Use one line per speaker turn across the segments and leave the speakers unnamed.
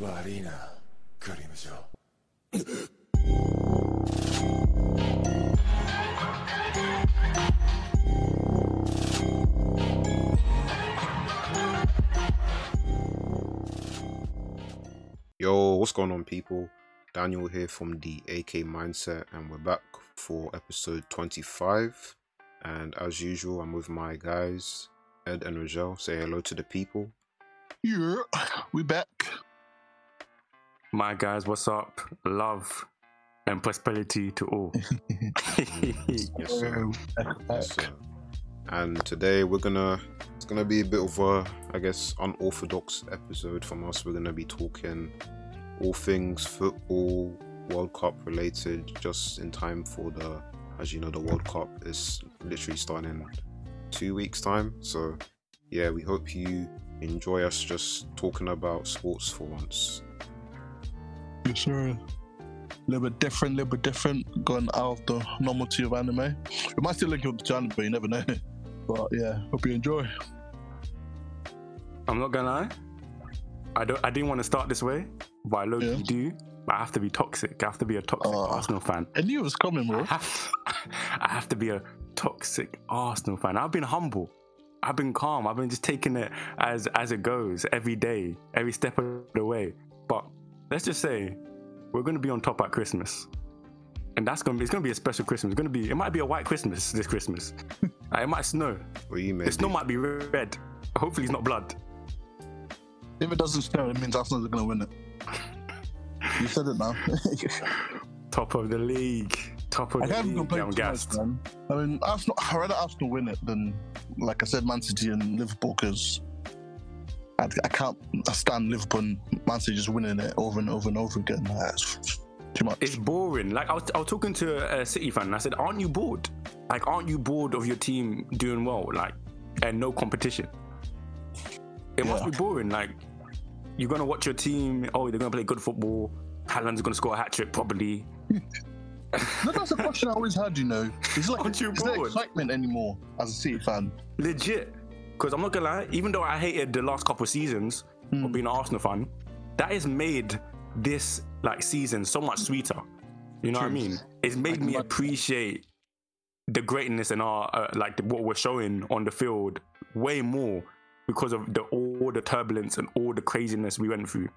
悪いなクリムジョー
Yo, what's going on, people? Daniel here from the AK Mindset, and we're back for episode 25. And as usual, I'm with my guys, Ed and Rogel. Say hello to the people.
Yeah, we back.
My guys, what's up? Love and prosperity to all.
Yes, sir.
Back, back.
Yes, sir. And today we're gonna it's gonna be a bit of a I guess unorthodox episode from us. We're gonna be talking all things football, World Cup related, just in time for the as you know the World Cup is literally starting in two weeks time. So yeah, we hope you enjoy us just talking about sports for once.
Yes, sir. Little bit different, little bit different. Gone out of the normality of anime. It might still link up to anime, you never know. But yeah, hope you enjoy.
I'm not gonna lie. I don't I didn't want to start this way, but I low-key
Yeah.
do. But I have to be toxic. I have to be a toxic
Oh.
Arsenal fan.
I knew it was coming,
I
bro.
have I have to be a toxic Arsenal fan. I've been humble. I've been calm. I've been just taking it as as it goes every day, every step of the way. But let's just say we're gonna be on top at Christmas. And that's gonna be it's gonna be a special Christmas. It's gonna be it might be a white Christmas this Christmas. Uh, it might snow.
What you
The
made?
snow might be red. Hopefully it's not blood.
If it doesn't snow, it means Arsenal's gonna win it. You said it now.
Top of the league. Top of
I
the
can't
league.
complain
I'm
too much,
gassed.
man. I mean, Arsenal, I'd rather Arsenal win it than, like I said, Man City and Liverpool because I, I can't stand Liverpool and Man City just winning it over and over and over again. Nah, it's too much.
It's boring. Like I was, I was talking to a, a City fan, and I said, "Aren't you bored? Like, aren't you bored of your team doing well? Like, and no competition. It must
Yeah.
be boring. Like, you're gonna watch your team. Oh, they're gonna play good football. Haaland's gonna score a hat trick, probably.
No, that's a question I always had, you know. It's like,
Aren't you
is there
bored?
excitement anymore as a City fan?
Legit. Because I'm not gonna lie, even though I hated the last couple seasons of being an Arsenal fan, that has made this like season so much sweeter. You know what I
True.
mean? It's made
can
me
buy-
appreciate the greatness in our uh, like the, what we're showing on the field way more because of the all the turbulence and all the craziness we went through.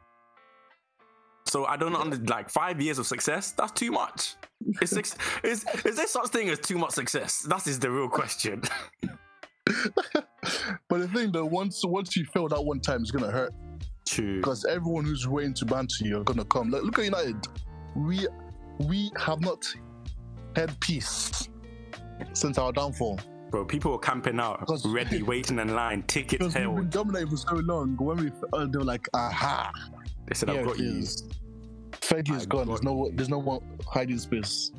So I don't under, like five years of success. That's too much. Is, six, is is there such thing as too much success? That is the real question.
But the thing though, once once you fail that one time, it's gonna hurt
True.
because everyone who's waiting to banter you are gonna come. Like, look at United. We we have not had peace since our downfall
Bro, people were camping out,
Because-
ready, waiting in line, tickets
because we've been
held.
dominating for so long. When we uh, they were like, aha,
They said,
here
I've got
it
you.
is. Fergie is
I
gone.
got
There's no there's no one hiding space.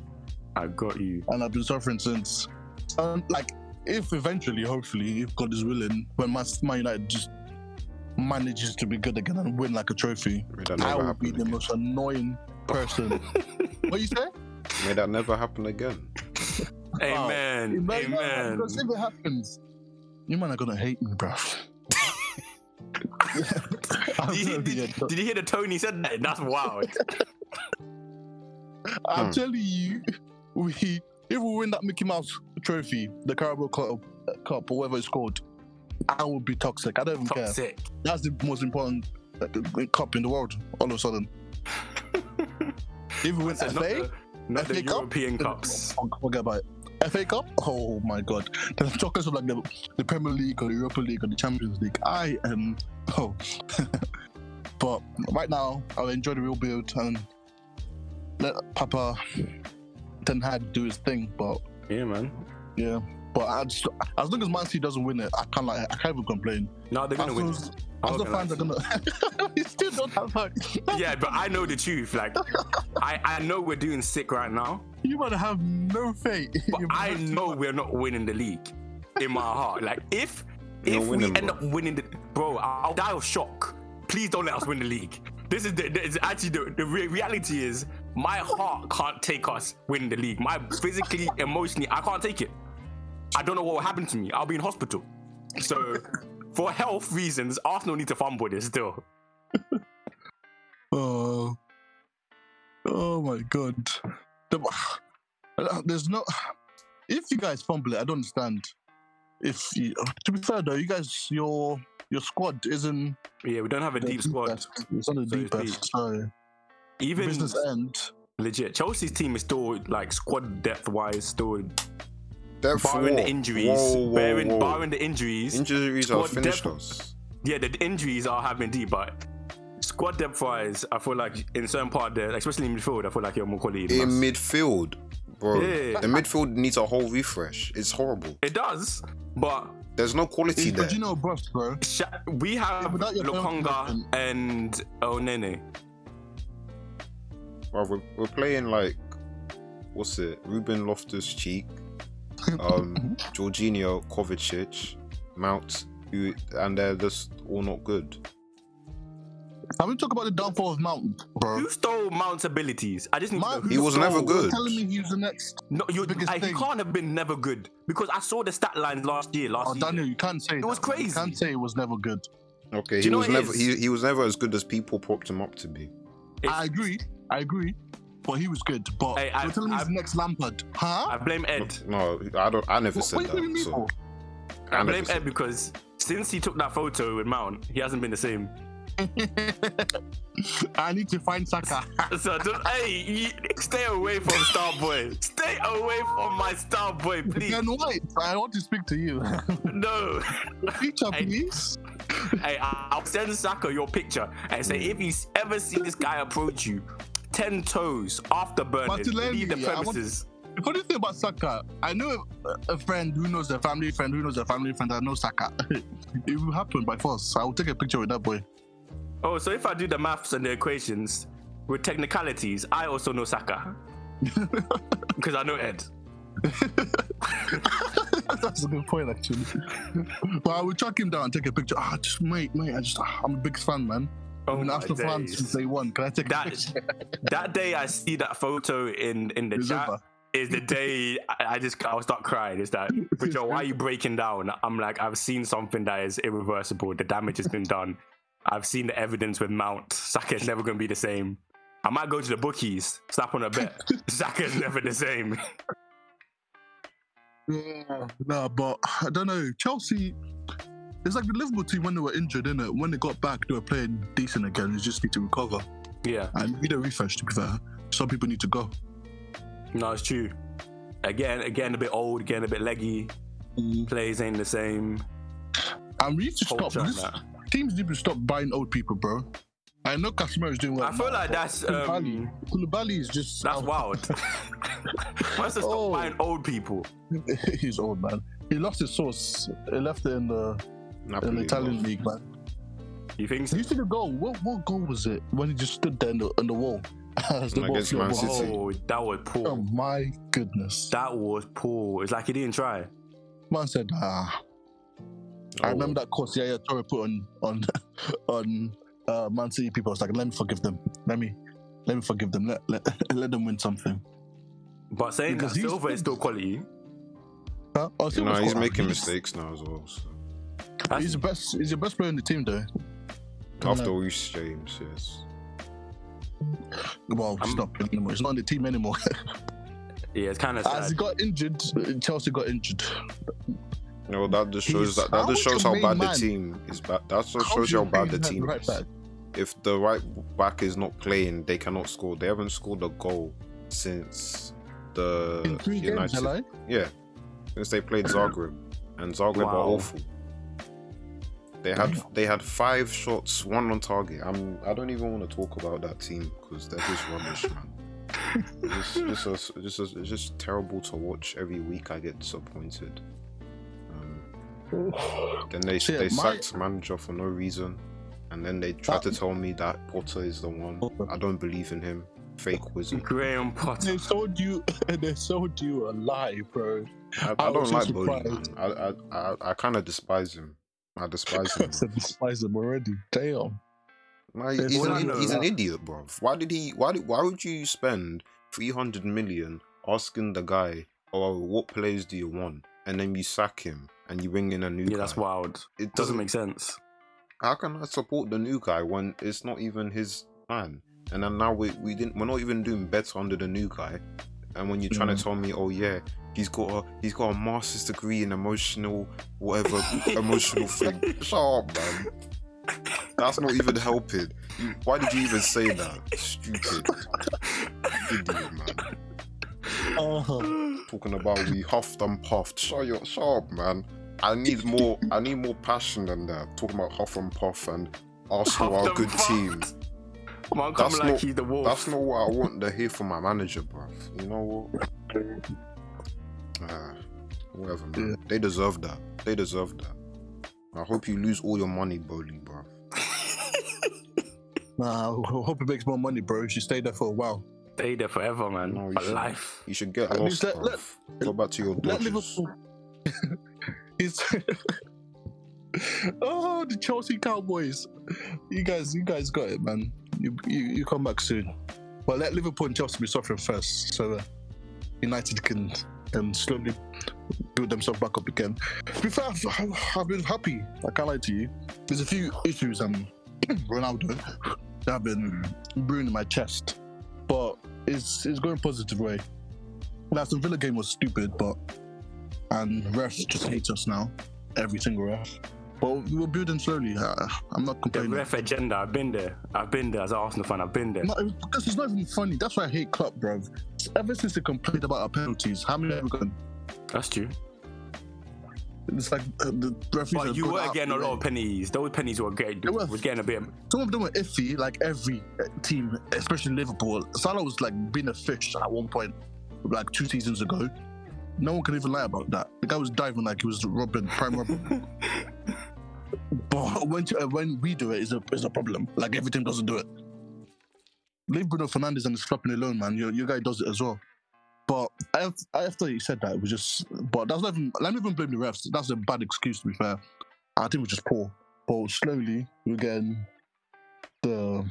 I've got you.
and I've been suffering since. Um, like, if eventually, hopefully, if God is willing, when Man Man United just manages to be good again and win like a trophy,
May that
I
never
will
happen
be the
again.
most annoying person. what you say?
May that never happen again.
Amen.
Imagine-
Amen.
Because if it happens, you man are gonna hate me, bruv. I'm
Did you, hear,
gonna be a
did,
dog.
did you hear the tone he said that? That's wild.
I'm
Hmm.
telling you, we if we win that Mickey Mouse trophy, the Carabao Cup, uh, Cup or whatever it's called, I will be toxic. I don't even care.
Toxic.
That's the most important uh, uh, cup in the world. All of a sudden, if we win
So not
FA,
the, not
FA
the
Cup?
European
then
Cups.
fuck- forget about it. FA Cup. Oh my God, the chocolates of like the, the Premier League or the Europa League or the Champions League. I am oh, but right now I'll enjoy the real build and let Papa Ten Hag do his thing. But
Yeah, man.
yeah, but I just, as long as Man City doesn't win it, I can't like I can't even complain.
No, they're going to win.
Arsenal's-
I'm not
Arsenal
gonna
fans are
lie.
gonna. you still don't have hope.
Yeah, but I know the truth. Like, I, I know we're doing sick right now,
You better have no faith.
but I know we're not winning the league in my heart. Like, if
You're
if we
winning,
end
bro.
up winning the bro, I'll die of shock. Please don't let us win the league. This is the, this is actually the, the re- reality is my heart can't take us winning the league. My physically, emotionally, I can't take it. I don't know what will happen to me. I'll be in hospital. So, for health reasons, Arsenal need to fumble this still.
Oh, oh my god. The- There's no. If you guys fumble it, I don't understand. If you, to be fair though, you guys, your your squad isn't
Yeah, we don't have a
the
deep squad.
deepest. It's not the
So it's
deepest.
deep.
So
Even
business end.
legit, Chelsea's team is still like squad depth wise, still
Depth
barring
four.
the injuries.
Whoa, whoa,
barring,
whoa.
barring the injuries.
injuries are
squad
finished
depth-
us.
yeah, the injuries are having deep, but squad depth wise, I feel like in certain part there, especially in midfield, I feel like you're more quality. than
In
us.
midfield, bro,
Yeah.
the midfield needs a whole refresh. It's horrible.
it does, but
There's no quality there.
But you know, bust, bro.
Sh- we have
without your
Lokonga
penalty,
and Onene.
Bro, we're, we're playing like what's it? Ruben Loftus Cheek, um, Jorginho, Kovacic, Mount, who, and they're just all not good.
Can we talk about the downfall of Mount, bro?
Who stole Mount's abilities? I just need
Mount
to know.
He
Who
was
stole-
never good.
You're telling me he's the next.
No, you,
Biggest
I, he
thing.
can't have been never good because I saw the stat lines last year. Last
Oh,
season.
Daniel, you can't say it
was
You
crazy.
can't say it was never good.
Okay,
Do
he
you know
was
what it
never
is?
he, he was never as good as people propped him up to be.
It's-
I agree. I agree. But he was good. But
Hey, I-
you're telling me he's
I-
the next Lampard, huh?
I blame Ed.
No, I don't. I never
What-
said
what do you
that.
mean,
So
bro?
I blame
100%.
Ed because since he took that photo with Mount, he hasn't been the same.
I need to find Saka.
So just, hey, you, stay away from Starboy. Stay away from my Starboy, please.
Then wait, I want to speak to you.
No.
Picture,
Hey.
please.
hey, I- I'll send Saka your picture and say if you s- ever see this guy approach you, ten toes after burning,
Martinelli,
leave the
yeah, I want-
premises.
The funny thing about Saka, I know a- a friend who knows a family friend who knows a family friend that knows Saka. it will happen by force. I will take a picture with that boy.
Oh, so if I do the maths and the equations with technicalities, I also know Saka because I know Ed.
That's a good point, actually. but I will track him down and take a picture. Ah, just mate, mate. I just, ah, I'm a big fan, man.
Oh
I've been
my
Arsenal fan
days.
since day one. Can I take a picture?
That that day I see that photo in in the
It's
chat
over.
is the day I, I just I'll start crying. It's that, but yo, why are you breaking down? I'm like I've seen something that is irreversible. The damage has been done. I've seen the evidence with Mount. Saka's never gonna be the same. I might go to the bookies, slap on a bet. Saka's never the same.
Yeah, nah, but I don't know. Chelsea, it's like the Liverpool team when they were injured, innit? When they got back, they were playing decent again. They just need to recover.
Yeah,
And we don't refresh, to be fair. Some people need to go.
no, it's true. Again, again, a bit old, again, a bit leggy. Plays ain't the same.
And we need to Mm. stop.
Culture and
This,
that.
teams need to stop buying old people, bro. I know Casemiro is doing well.
I feel like that's
Koulibaly,
um,
Koulibaly is just
that's
out.
wild. Must have
Oh.
stopped buying old people.
he's old man. He lost his source. He left it in the
Napoli,
in the
bro.
Italian league, man.
You think so?
You see the goal? What what goal was it when he just stood there on the, on the wall? As the
And
ball
against
flew
Man
above-
City.
Oh, that was poor.
Oh my goodness!
That was poor. It's like he didn't try.
Man said, "Ah." I
Oh.
remember that course. Yeah, yeah. Torre put on on on uh, Man City people. I was like, "Let me forgive them. Let me let me forgive them. Let let, let them win something."
But saying
Because
that
he's-
Silver is still quality.
Huh? Oh,
No,
Silva's
he's
got-
making mistakes now as well. So.
That's-
He's the best. He's the best player in the team, though. uh,
After Reece James, yes.
Well, he's
I'm-
not playing anymore. He's not on the team anymore.
yeah, it's kind of
As
sad.
he got injured, Chelsea got injured.
No, that just
He's-
shows that, that
how
just
is your
shows how
main
bad the
man-
team is. Bad. That just
How
shows
do
you
you
how bad the
bring
team
right
is.
back?
If the right back is not playing, they cannot score. They haven't scored a goal since the
In three games,
uh, United.
hello.
yeah, since they played Zagreb, and Zagreb are
Wow.
awful. They had they had five shots, one on target. I'm I don't even want to talk about that team because they're just rubbish, man. It's just, just, a- just, a- it's just terrible to watch. Every week I get disappointed. Um, then they
So, yeah,
they
my-
sacked manager for no reason, and then they tried to tell me that Potter is the one. I don't believe in him. Fake wizard.
Graham Potter.
They sold you. They sold you a lie, bro.
I,
I
I don't
was
like
so
Bowley, man.
surprised.
I I, I, I kind of despise him. I despise him.
I despise them already. Damn.
Man,
There's
he's,
one
an,
other-
he's an idiot, bruv. Why did he? Why did, Why would you spend three hundred million asking the guy, "Oh, what players do you want?" And then you sack him and you bring in a new guy.
Yeah, that's wild.
It
Doesn't make sense.
How can I support the new guy when it's not even his man? and then now we, we didn't we're not even doing bets under the new guy. And when you're trying to tell me, oh yeah, he's got a he's got a master's degree in emotional whatever emotional thing. Shut up, man. That's not even helping. You, why did you even say that? Stupid idiot, man.
Oh,
Talking about we huffed and puffed. Shut your shut up, man. I need more. I need more passion than that. Talking about huff and puff and Arsenal are a good team.
Man, come
That's
like
not-
he's the wolf.
That's not what I want to hear from my manager, bruv. You know what? Ah, whatever, man. They deserve that. They deserve that. I hope you lose all your money, Bowling, bruv.
nah, I hope it makes more money, bro. You should stay there for a while.
Stay there forever, man.
No, you
for
shouldn't.
life.
You should get
At
lost,
least let-
bruv. Go back to your
Let
Dodgers.
Liverpool. He's. oh, the Chelsea Cowboys. You guys, you guys got it, man. You, you you come back soon. But let Liverpool and Chelsea be suffering first, so uh, United can um, slowly build themselves back up again. To be fair, I've, I've- I've been happy. I can't lie to you. There's a few issues um Ronaldo that have been brewing in my chest, but it's it's going positive way. The Aston Villa game was stupid, but and refs just hate us now. Every single ref. But we were building slowly. Uh, I'm not
The
complaining.
ref agenda. I've been there. I've been there as an Arsenal fan. I've been there.
No, it- because it's not even funny. That's why I hate Klopp, bro. Ever since they complained about our penalties, how many have we gotten?
That's true.
It's like uh, the referees.
But
have
you
gone
were
out
getting a
the
lot
way.
of pennies. Those pennies were getting
They were.
was getting a bit.
Some of them were iffy, like every uh, team, especially Liverpool. Salah was like being a fish at one point, like two seasons ago. No one can even lie about that. The guy was diving like he was Robin, prime Robin. but when uh, when we do it, it's a, it's a problem. Like every team doesn't do it. Leave Bruno Fernandez and his flopping alone, man. Your, your guy does it as well. But af- after he said that, it was just. But that's not even. Let me even blame the refs. That's a bad excuse, to be fair. I think we're just poor. But slowly, we're getting the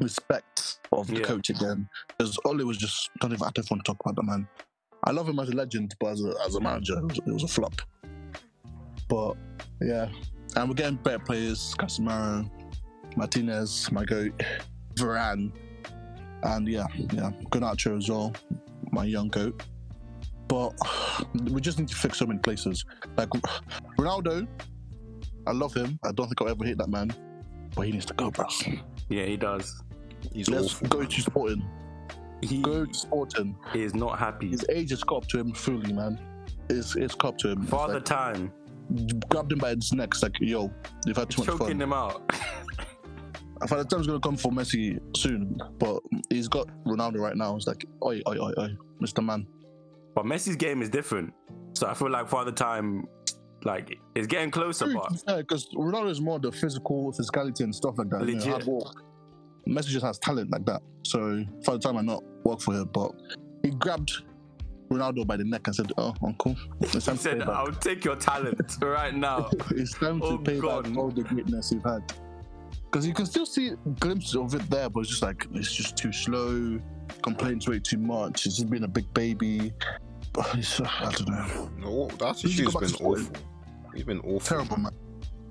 respect of the
Yeah.
coach again. Because Ole was just. Don't even, I don't want to talk about that man. I love him as a legend, but as a, as a manager, it was, it was a flop. But yeah. And we're getting better players Casemiro, Martinez, my goat, Varane. And yeah, yeah, Garnacho as well, my young goat. But we just need to fix so many places. Like Ronaldo, I love him. I don't think I'll ever hate that man. But he needs to go, bro.
Yeah, he does.
He's
Let's
awful.
go
man.
to Sporting.
He
Go to Sporting.
is not happy.
His age has caught up to him fully, man. It's it's caught up to him. It's
Father
like, um,
time
grabbed him by his neck. It's like, yo, you've had too much fun.
choking him out.
I thought the time's gonna come for Messi soon, but he's got Ronaldo right now. It's like, oi, oi, oi, oi, Mr. Man.
But Messi's game is different. So I feel like Father Time, like, is getting closer,
Hmm.
but
Because Ronaldo is more the physical, physicality and stuff like that. you know,
Legit.
hard work. Messi just has talent like that. So for the time, I not work for him, but he grabbed Ronaldo by the neck and said, "Oh, uncle, it's time
he
to pay
said,
back.
I'll take your talent right now.
It's time to
Oh,
pay
God.
back all the greatness you've had." Because you can still see glimpses of it there, but it's just like it's just too slow. Complains way too much. It's just been a big baby. But it's, uh, I don't know.
No, that
You should
issue's
go back
been
to Sporting.
awful. He's been awful.
Terrible, man.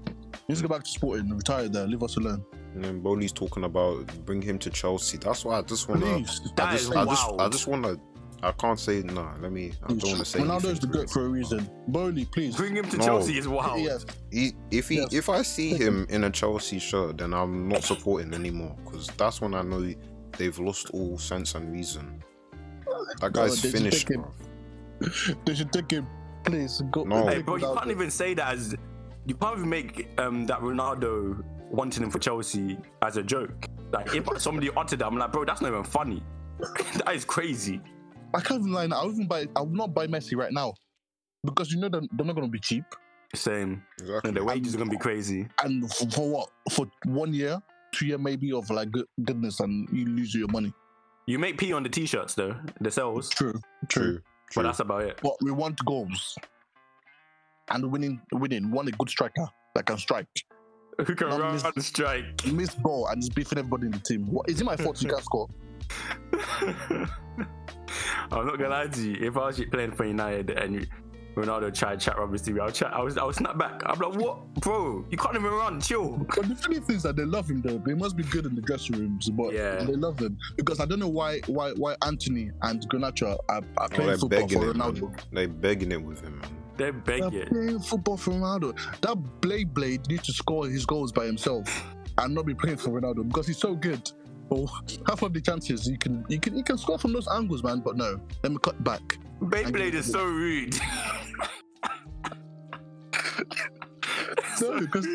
You just go back to sporting, retire there, leave us alone.
And then Bowley's talking about bring him to Chelsea. That's why I just wanna.
Please.
That
I
is
just, I just,
wild.
I just wanna. I can't say nah. Let me. I don't wanna say.
Ronaldo's
anything
the
to
goat
it.
for a reason. Bowley, please.
Bring him to
No.
Chelsea is wild.
Yes.
He, if he,
Yes.
if I see him in a Chelsea shirt, then I'm not supporting anymore because that's when I know they've lost all sense and reason. That
No,
guy's
they just
finished,
take him.
bro.
They should take him. Please go.
No.
Hey,
take
bro, you
Ronaldo.
can't even say that as you can't even make um, that Ronaldo wanting him for Chelsea as a joke. Like if somebody uttered that, I'm like, bro, that's not even funny. that is crazy.
I can't even lie now. I wouldn't buy. I would not buy Messi right now, because you know that they're not going to be cheap.
Same.
Exactly.
And the wages are gonna be crazy.
And f- for what? For one year, two year maybe of like good, goodness, and you lose your money.
You make P on the t-shirts though, the sales,
True.
True.
but
True.
that's about it.
But we want goals. And winning, winning, want a good striker that can strike,
Who can
Not
run
miss-
and strike?
miss ball, and is beefing everybody in the team. What is it my fault you can't score?
I'm not gonna lie to you. If I was playing for United and you, Ronaldo tried to chat rubbish to me. I'll chat. I was. I was snap back. I'm like, what, bro? You can't even run. Chill.
But the funny thing is that they love him though. They must be good in the dressing rooms, but
Yeah.
they love him because I don't know why why why Anthony and Garnacho are, are
Oh,
playing
they're
football
begging
for
it,
Ronaldo.
man. They're begging it with him, man.
They're
They're
begging.
playing football for Ronaldo. That Blade Blade needs to score his goals by himself and not be playing for Ronaldo because he's so good. Oh, half of the chances he can he can he can score from those angles, man. But no, let me cut back.
Beyblade is so rude.
No, because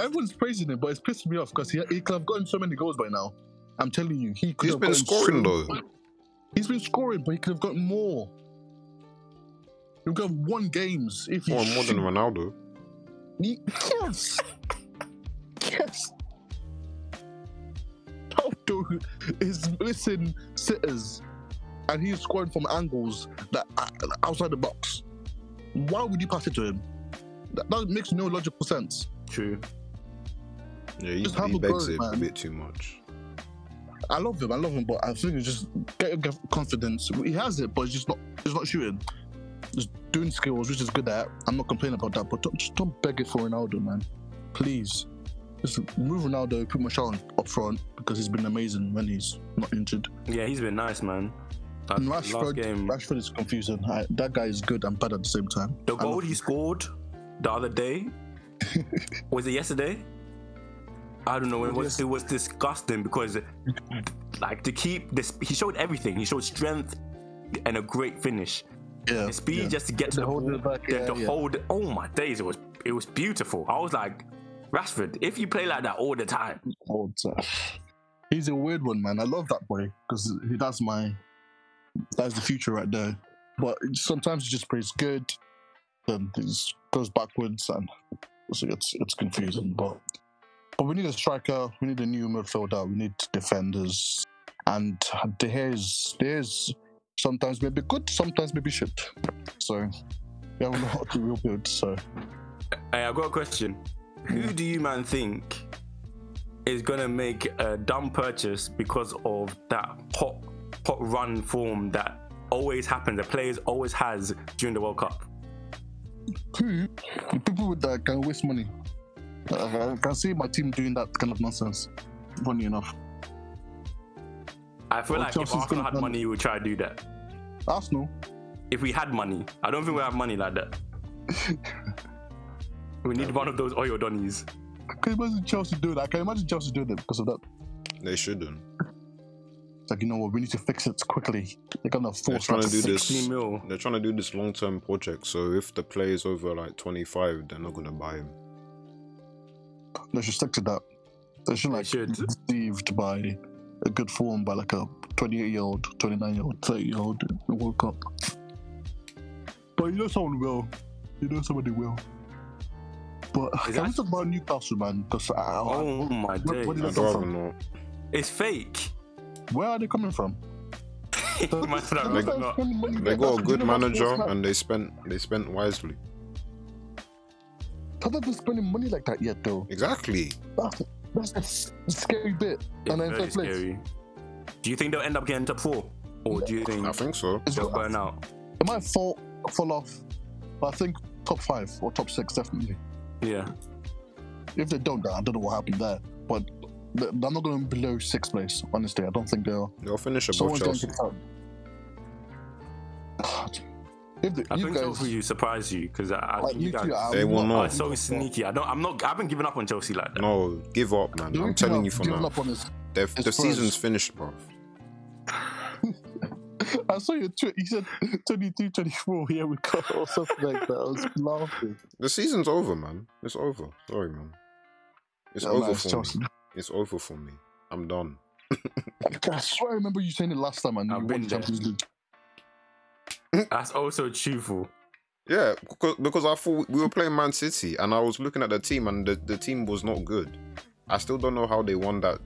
everyone's praising him, but it's pissing me off because he, he could have gotten so many goals by now. I'm telling you, he could
He's
have
been
gotten so
scoring though.
He's been scoring, but he could have gotten more. He could have won games if he
More, more than
shoot-
Ronaldo.
He- Yes. yes. Ronaldo is missing sitters, and he's scoring from angles that are outside the box. Why would you pass it to him? That, that makes no logical sense.
True.
Yeah, he,
Just have
he
a
begs
go,
it a
man.
bit too much.
I love him. I love him, but I think it's just get, get confidence. He has it, but it's just not. It's not shooting. It's doing skills, which is good at. I'm not complaining about that, but don't, just don't beg it for Ronaldo, man. Please, just move Ronaldo, put Martial up front because he's been amazing when he's not injured.
Yeah, he's been nice, man. Like,
And
last
Rashford,
game,
Rashford is confusing. I, that guy is good and bad at the same time.
the
I
goal
love
he
him.
scored the other day was it yesterday? I don't know. It was it was disgusting because, like, to keep this, he showed everything. He showed strength and a great finish.
yeah,
The speed
yeah.
just to get to
The
the
hold
ball,
it back,
the,
yeah,
the
yeah.
hold. Oh my days! It was it was beautiful. I was like, Rashford, if you play like that all the time,
old stuff. He's a weird one, man. I love that boy because that's my that's the future right there. But it- sometimes he just plays good, then it just goes backwards, and it's, it's it's confusing. But but we need a striker. We need a new midfielder. We need defenders. And De Gea's, De Gea's sometimes maybe good, sometimes maybe shit. So we haven't know how to rebuild. So
Hey, I've got a question. Who do you man think is gonna make a dumb purchase because of that hot hot run form that always happens, the players always has during the World Cup?
who the Hmm. people with that can waste money. Uh, I I can see my team doing that kind of nonsense. Funny enough,
I feel
Well,
like
Chelsea's
if Arsenal
gonna
had
run-
money, we would try to do that.
Arsenal.
If we had money, I don't think we have money like that. we need one of those oil donnies.
I can imagine Chelsea doing that. I can imagine Chelsea doing that because of that.
They shouldn't.
It's like you know what, we need to fix it quickly. They're gonna
They're
force
trying
us
to do this.
60 mil.
They're trying to do this long-term project. So if the player is over like 25, they're not gonna buy him.
They should stick to that. They shouldn't like
should.
be deceived by a good form by like a 28 year old, 29 year old, 30 year old in the World Cup. But you know someone will. You know somebody will. But can
Is
we
that-
talk about Newcastle, man? uh, Because I, I,
Oh my
what
days.
did
I'd
That's awesome.
rather not.
It's fake.
where are they coming from?
Man said I'd rather not.
They got a good manager and they spent they spent wisely.
I've never spending money like that yet, though.
Exactly.
That's, that's the s- scary bit.
It's
and then
very
third place.
scary. Do you think they'll end up getting top four? Or do you think
I think so.
It's
they'll
not,
burn out?
it might fall fall off, but I think top five or top six definitely.
Yeah.
If they don't, I don't know what happened there. But th- they're not going below sixth place. Honestly, I don't think they are.
They'll finish above
Someone's going
Chelsea.
to come. God. If the,
I
you
think
guys,
Chelsea will surprise you because I, I
like,
you
literally,
guys
I'm
They will
are
not.
so sneaky. I don't. I'm not. I haven't given up on Chelsea like that.
No, give up, man.
the only
I'm
thing
telling
I've
you for
given
now.
up on is-
The the
Spurs.
season's finished, bruv.
I saw your tweet. You said 23, 24, here we go, or something like that. I was laughing.
The season's over, man. It's over. Sorry, man. It's
Yeah, man,
over
it's
for
Chelsea.
me. It's over for me. I'm done.
I swear I remember you saying it last time, and
I've
you
been
won the
there.
Champions League.
That's also truthful.
Yeah, because, because I thought we were playing Man City and I was looking at the team and the, the team was not good. I still don't know how they won that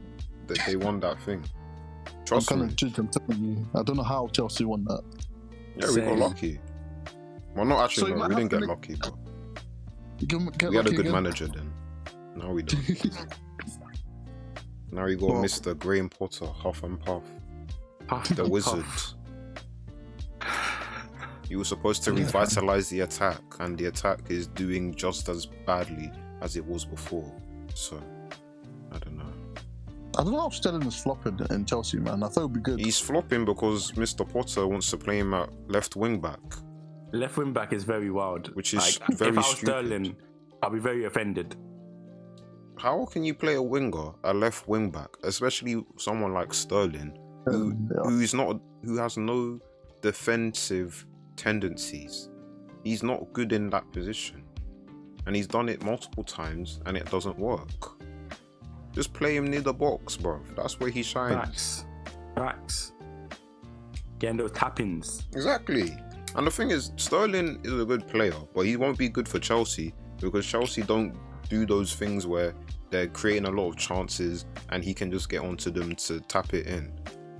that they won that thing.
I'm
Trust
kind
me.
of judged. I'm telling you, I don't know how Chelsea won that.
Yeah, we got
Same.
lucky. Well, not
So
actually.
you
no,
might
we
have
didn't
to
get
make-
lucky, but
Give 'em- get
we had a
lucky
good
again.
manager then. Now we don't. Now you got
Well-
Mr. Graham Potter, Huff and Puff,
Puff,
the
puff.
Wizard. He was supposed to
Yeah.
revitalize the attack, and the attack is doing just as badly as it was before. So, I don't know.
I don't know how Sterling is flopping in Chelsea, man. I thought it'd be good.
He's flopping because Mr. Potter wants to play him at left wing back.
Left wing back is very wild.
Which is
like,
very
If I was
stupid.
Sterling, I'd be very offended.
How can you play a winger, a left wing back, especially someone like Sterling, who,
Um, yeah.
who's not, who has no defensive tendencies? He's not good in that position, and he's done it multiple times, and it doesn't work. Just play him near the box, bro. That's where he shines.
Facts. Facts. Getting those tappings.
Exactly. And the thing is, Sterling is a good player, but he won't be good for Chelsea because Chelsea don't do those things where they're creating a lot of chances and he can just get onto them to tap it in.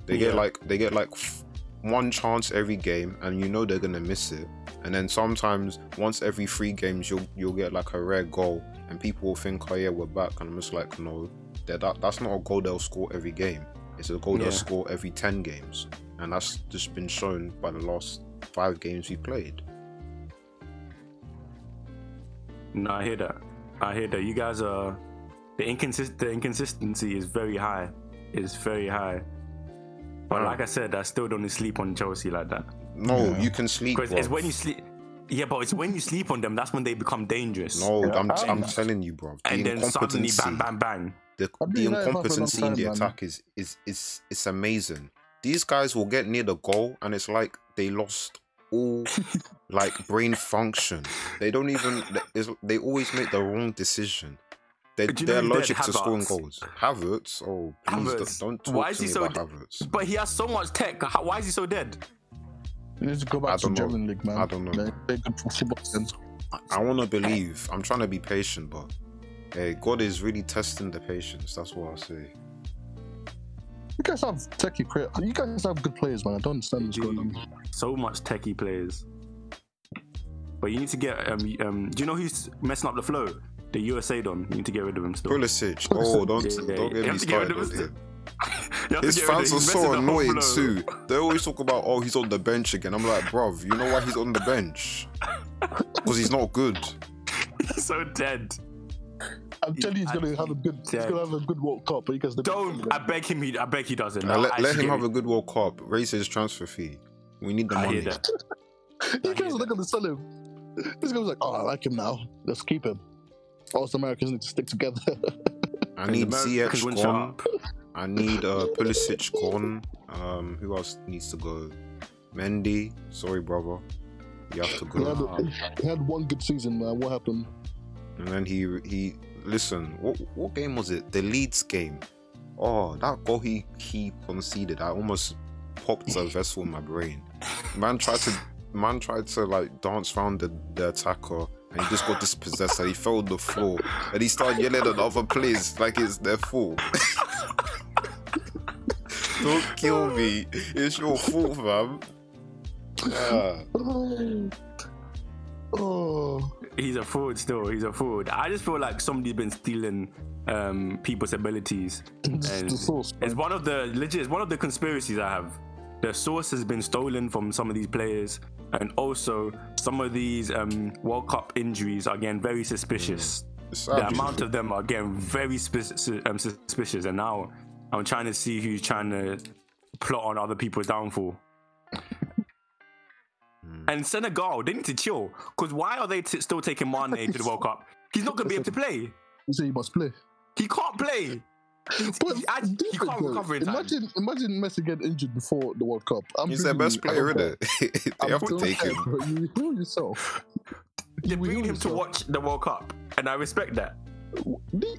They get
Yeah.
like they get like f- one chance every game, and you know they're gonna miss it. And then sometimes once every three games, you'll you'll get like a rare goal, and people will think, oh yeah, we're back. And I'm just like, no, they're that that's not a goal they'll score every game. It's a goal
Yeah.
they'll score every ten games, and that's just been shown by the last five games we played.
No, I hear that. I hear that. You guys are the inconsist the inconsistency is very high. It's very high. But
Mm.
like I said, I still don't sleep on Chelsea like that.
No,
Yeah.
you can sleep.
Because it's
bruv.
when you sleep yeah, but it's when you sleep on them that's when they become dangerous.
No,
Yeah,
I'm, I'm
and-
telling you, bro. The
and then suddenly
incompetency,
bang bang bang.
the,
I've
the
been United fan for a long
incompetency in
time,
the
man.
attack is is is it's amazing. These guys will get near the goal, and it's like they lost all like brain function. They don't even. it's- They always make the wrong decision. They,
Do you
they're
know who
allergic
did
to scoring
Havertz?
goals. Havertz, oh please
Havertz.
don't, don't talk
Why
to
is he
me
so
about Havertz.
But he has so much tech. How, why is he so dead?
You need to go
I
back to
don't know.
German league, man.
I don't know.
They play good football again.
I want to believe. I'm trying to be patient, but hey, God is really testing the patience. That's what I say.
You guys have techie player. You guys have good players, man. I don't understand what's going on.
So much techie players. But you need to get um, um do you know who's messing up the flow? The USA don. You need to get rid of him still.
Pulisic. Oh, don't
Yeah,
don't get
you
me
have to get rid
started.
of
on
him.
him.
You have to
His
get
fans
rid of him.
are
He's messing
so
the whole
annoying
flow.
too. They always talk about, oh, he's on the bench again. I'm like, bruv, you know why he's on the bench? Because he's not good.
He's so dead.
I'm telling you, he's gonna have a good. He's gonna have a good World Cup, but you guys
Don't. I beg him. He. I beg he doesn't.
Now,
I
let, let
actually
him
get
have a
it.
good World Cup. Raise his transfer fee. We need the
I hear
money.
that.
You guys are not gonna sell him. This guy's like, oh, I like him now. Let's keep him. Us Americans need to stick together.
I need
Americans
CX
won't
gone.
shut up.
I need uh, Pulisic gone. Um, who else needs to go? Mendy. Sorry, brother. You have to
He
go.
had, he had one good season, man. What happened?
And then he he listen, what what game was it? The Leeds game. Oh, that goal he he conceded. I almost popped a vessel in my brain. Man tried to man tried to like dance round the, the attacker and he just got dispossessed and he fell on the floor and he started yelling at the other players like it's their fault. Don't kill me. It's your fault, fam. Ah, Yeah.
Oh, oh.
He's a fraud still. He's a fraud. I just feel like somebody's been stealing um, people's abilities.
This is
And
the source.
It's one of the legit. It's one of the conspiracies I have. The source has been stolen from some of these players, and also some of these um, World Cup injuries are getting very suspicious.
It's
the
savage.
amount of them are getting very sp- um, suspicious, and now I'm trying to see who's trying to plot on other people's downfall. and Senegal, they need to chill because why are they t- still taking Mane to the World Cup? He's not going to be able to play.
You say you must play.
He can't play.
But
he can't
different, though.
recover in time.
Imagine, imagine Messi get injured before the World Cup. I'm
He's their
telling
best
you, I
player,
don't care.
isn't it? they
I'm
have to
telling
take
you,
him.
but You heal yourself.
They're
You
bringing
heal
him to
yourself.
watch the World Cup, and I respect that.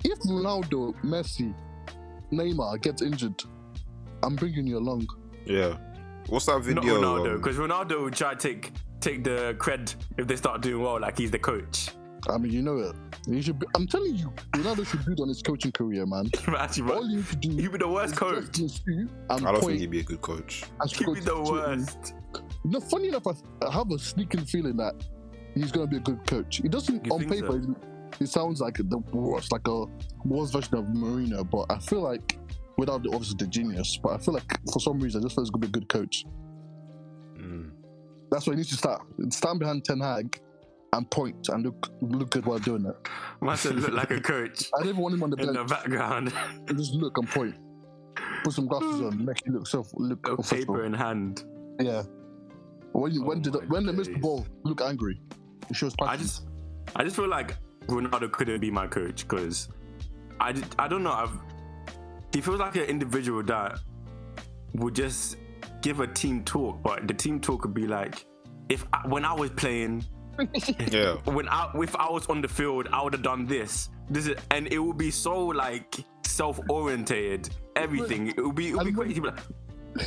If Ronaldo, Messi, Neymar gets injured, I'm bringing you along.
Yeah. What's that
Not
video?
Ronaldo,
um,
because Ronaldo will try to take take the cred if they start doing well, like he's the coach.
I mean, you know it. You should. Be, I'm telling you, Ronaldo should build on his coaching career, man.
Imagine,
All
man.
you need to do.
He'd be the worst
is
coach.
just do And
I don't think
point
he'd be a good coach.
as
He'd be
coach
the
to-
worst.
No, funny enough, I I have a sneaking feeling that he's going to be a good coach. He doesn't
You
on
think
paper. He sounds like the worst, like a worst version of Marino. But I feel like without the obviously the genius, but I feel like for some reason I just feel he's going to be a good coach.
Mm.
That's why he needs to start. Stand behind Ten Hag and point and look look good while doing it.
Must have looked like a coach
I don't even want him on the
in the
bench.
background,
Just look and point. Put some glasses on, make you look so look
paper
official.
in hand.
Yeah. When you, when
Oh
did
my
when they missed the
days.
ball, look angry. It shows
I
passion.
just, I just feel like Ronaldo couldn't be my coach because I, just- I don't know. I've, he feels like an individual that would just give a team talk, but the team talk would be like, if I, when I was playing,
Yeah.
when I if I was on the field, I would have done this. This is, and it would be so like self oriented. Everything it would be it would be
And when-
crazy. But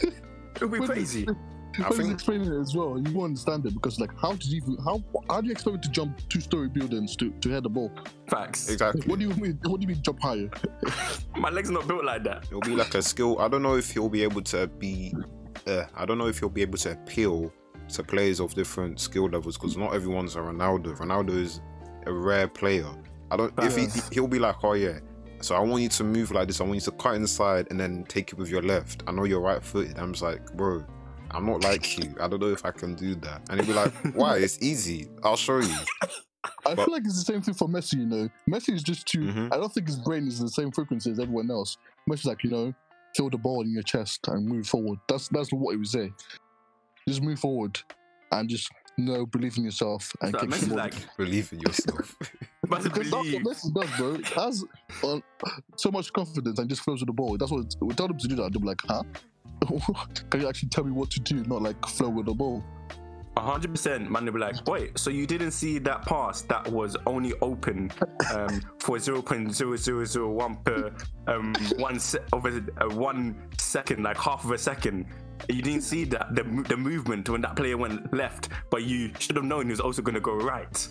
it would be
when-
crazy.
I
When he's
think-
explaining it as well, you won't understand it because like how did you even how how do you expect him to jump two story buildings to to head the ball?
Facts.
Exactly.
What do you mean? What do you mean jump higher?
My legs not built like that.
It'll be like a skill. I don't know if he'll be able to be. Uh, I don't know if he'll be able to appeal to players of different skill levels because not everyone's a Ronaldo. Ronaldo is a rare player. I don't. If he
Facts.
he'll be like, oh yeah. So I want you to move like this. I want you to cut inside and then take it with your left. I know you're right footed. I'm just like, bro, I'm not like you. I don't know if I can do that. And he'd be like, why? It's easy. I'll show you.
I
But-
feel like it's the same thing for Messi, you know. Messi is just too.
Mhm.
I don't think his brain is the same frequency as everyone else. Messi's like, you know, feel the ball in your chest and move forward. That's that's what he would say. Just move forward and just no believe in yourself and
So
kick
Messi's
the ball.
like,
Believe in yourself.
must
because that's what
believe.
Messi does, bro. He Has uh, so much confidence and just flows with the ball. That's what we tell them to do. That they'll be like, huh? Can you actually tell me what to do? Not like flow with the ball.
hundred percent, man. They'll be like, wait, so you didn't see that pass that was only open um, for zero point zero zero zero one per um, one se- of a, uh, one second, like half of a second. You didn't see that the mo- the movement when that player went left, but you should have known he was also going to go right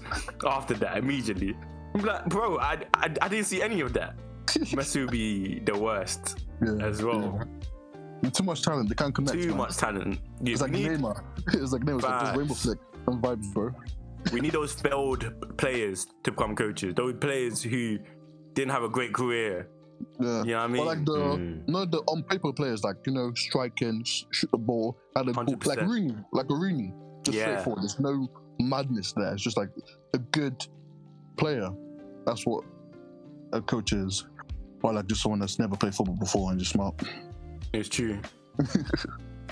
after that immediately. I'm like, bro, I, I I didn't see any of that. Messi would be the worst
Yeah.
as well.
With too much talent. They can't connect.
Too
man.
much talent. You
It's like
need
Neymar. It's like Neymar. It's like just rainbow
Facts.
flick and vibes, bro.
we need those failed players to become coaches. Those players who didn't have a great career.
Yeah.
You know what I mean?
But like the
Mm.
no, the on paper players like you know striking, sh- shoot the ball, had a good, like
100%.
Rooney, like a Rooney, just
Yeah.
straightforward. There's no madness there. It's just like a good player. That's what a coach is. Or like just someone that's never played football before and just smart.
It's true.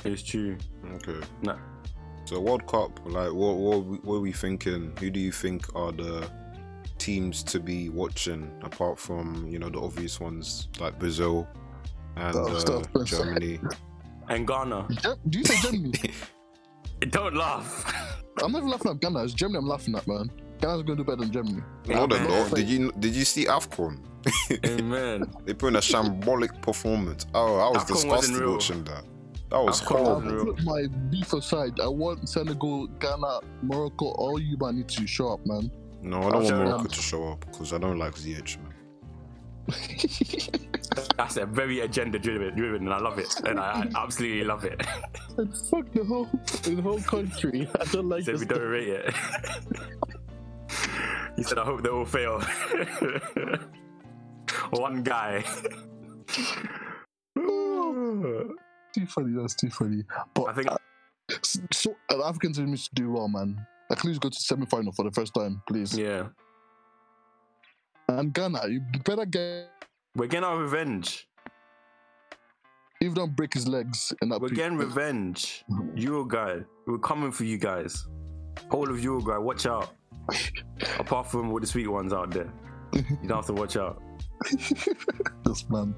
it's true.
Okay.
No.
So World Cup, like, what what we- what are we thinking? Who do you think are the teams to be watching apart from you know the obvious ones like Brazil and
Oh,
uh,
stop.
Germany?
And Ghana.
Ge- Do you say Germany?
Don't laugh.
I'm never laughing at Ghana. It's Germany I'm laughing at, man. Ghana's gonna do better than Germany.
No, they're
Amen.
not. Did you did you see Afcon?
Amen.
They put in a shambolic performance. Oh, I was
AFCON wasn't
disgusted
real.
watching that. That was
AFCON
I'll
wasn't
horrible.
real.
put my beef aside. I want Senegal, Ghana, Morocco, all you man need to show up, man.
No, I don't want
showing
Morocco
up.
to show up because I don't like Ziyech, man.
That's a very agenda driven, driven and I love it. And I, I absolutely love it.
And fuck the whole the whole country. I don't like
He said
this.
we don't rate it. he said, I hope they all fail. One guy. I
Too funny. That's too funny. But I
think
so uh, African team needs to do well, man. Like, please go to semi final for the first time, please.
yeah.
And Ghana, you better get.
We're getting our revenge.
If you don't break his legs in that.
We're
pre-
getting revenge. Uruguay. We're coming for you guys. Whole of Uruguay, watch out. Apart from all the sweet ones out there. You don't have to watch out.
this man.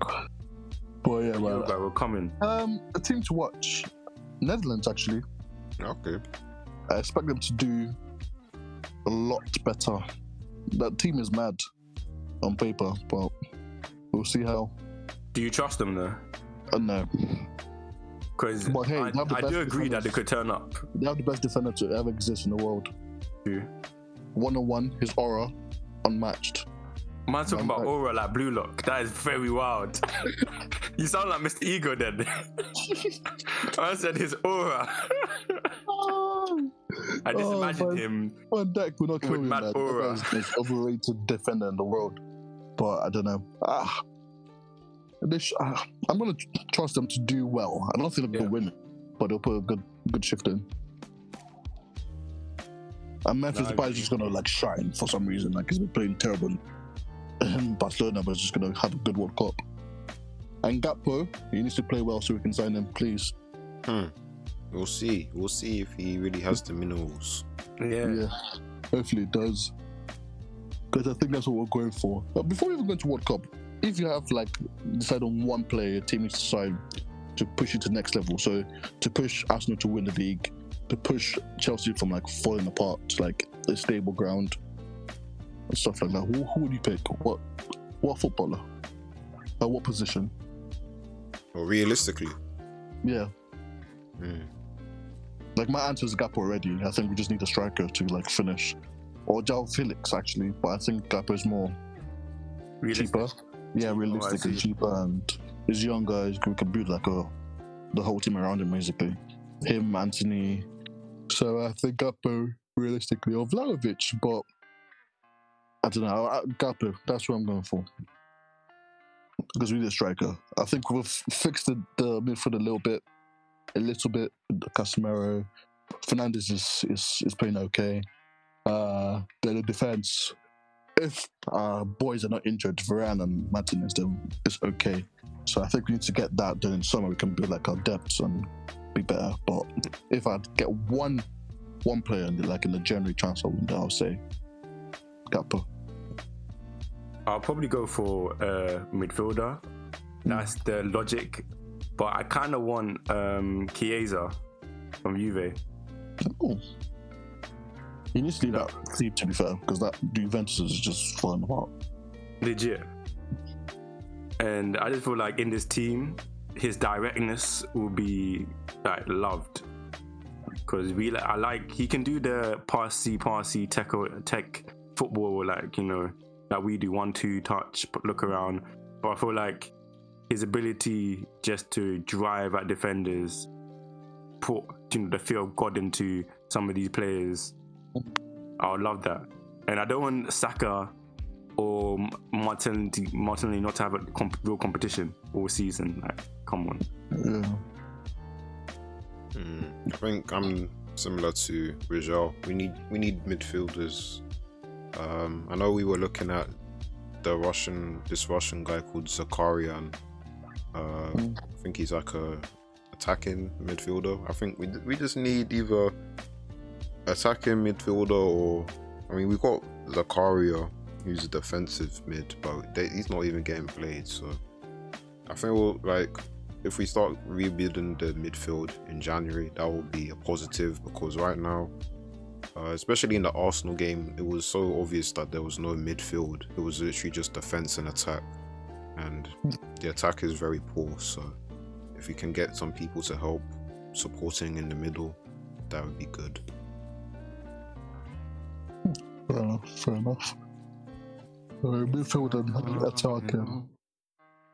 But yeah, man.
Uruguay, we're coming.
Um, a team to watch. Netherlands actually.
Okay.
I expect them to do a lot better. That team is mad on paper, but we'll see how.
Do you trust them though?
I don't know.
Because
But hey,
I,
they have the
I
best
do agree that
defenders.
they could turn up.
They have the best defender to ever exist in the world.
True.
One on one, his aura, unmatched.
Man talking about
Like-
aura like blue lock. That is very wild. you sound like Mr. Ego then. I said his aura. I just
Oh,
imagined
man.
him
Van Dijk will not kill
With
him.
mad
man.
aura.
That guy's the most overrated defender in the world. But I don't know. Ah, they sh- ah, I'm gonna tr- trust them to do well. I don't think they'll
Yeah.
win, but they'll put a good good shift in. And Memphis
No,
Depay
okay.
is just gonna like shine for some reason. Like he's been playing terrible in Barcelona, but he's just gonna have a good World Cup. And Gakpo, he needs to play well so we can sign him, please.
We'll see. We'll see if he really has the minerals.
Yeah.
Yeah, hopefully it does. Because I think that's what we're going for. But before we even go into World Cup, if you have like decide on one player, your team needs to decide to push it to the next level. So to push Arsenal to win the league, to push Chelsea from like falling apart to like a stable ground and stuff like that. Who, who would you pick? What what footballer? At what position?
Or realistically,
Yeah.
Hmm.
Like my answer's Gap already. I think we just need a striker to like finish. Or Jao Felix actually, but I think Gap is more
Realistic.
cheaper. Yeah,
Oh, I
realistically
see.
cheaper, and he's younger. he's- We can build like a the whole team around him basically. Him, Anthony. So I think Gakpo realistically or Vlahovic, but I don't know. I, I- Gakpo, that's what I'm going for. Because we need a striker. I think we've fixed the, the midfield a little bit, a little bit. Casemiro, Fernandez is is, is playing okay. Uh, then the defense, if our boys are not injured, Varane and Martinez, then it's okay. So I think we need to get that done in summer. We can build like our depths and be better. But if I get one one player in the, like in the January transfer window, I'll say Gakpo.
I'll probably go for uh, midfielder. That's the logic. But I kind of want um, Chiesa from Juve.
Ooh. He needs to leave that team to be fair, because that Juventus is just falling apart.
legit. And I just feel like in this team, his directness will be like loved because we li- I like he can do the passy passy tech tech football like you know that we do one two touch but look around. But I feel like his ability just to drive at defenders, put you know the fear of God into some of these players. I would love that, and I don't want Saka or Martin Martinelli not to have a comp- real competition all season. Like, come on.
Yeah.
Hmm. I think I'm similar to Rizal. We need we need midfielders. Um, I know we were looking at the Russian this Russian guy called Zakarian. Uh,
Mm.
I think he's like a attacking midfielder. I think we we just need either attacking midfielder or I mean we've got Zakaria who's a defensive mid, but they, he's not even getting played. So I think we'll like if we start rebuilding the midfield in January, that will be a positive because right now, uh, especially in the Arsenal game, it was so obvious that there was no midfield. It was literally just defense and attack, and the attack is very poor. So, if you can get some people to help supporting in the middle, that would be good.
Fair enough. Fair enough. Uh, midfield and attacking.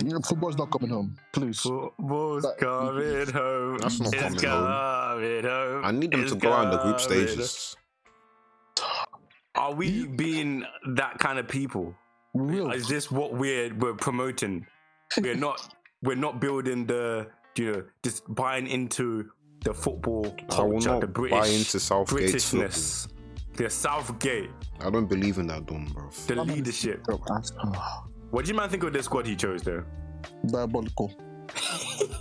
Yeah, Football's not coming home. Please.
Football's
But-
coming home.
That's not
it's
coming home.
coming home.
I need them
It's
to go out in the group
coming
stages.
home. Are we being that kind of people?
Real.
Is this what we're we're promoting? We're not we're not building the you know just buying into the football
I will
culture, the
not
British
buy into Southgate's football.
Britishness, the Southgate,
I don't believe in that dumb, bro.
the leadership.
Oh,
What do you man think of the squad he chose though?
Diabolical.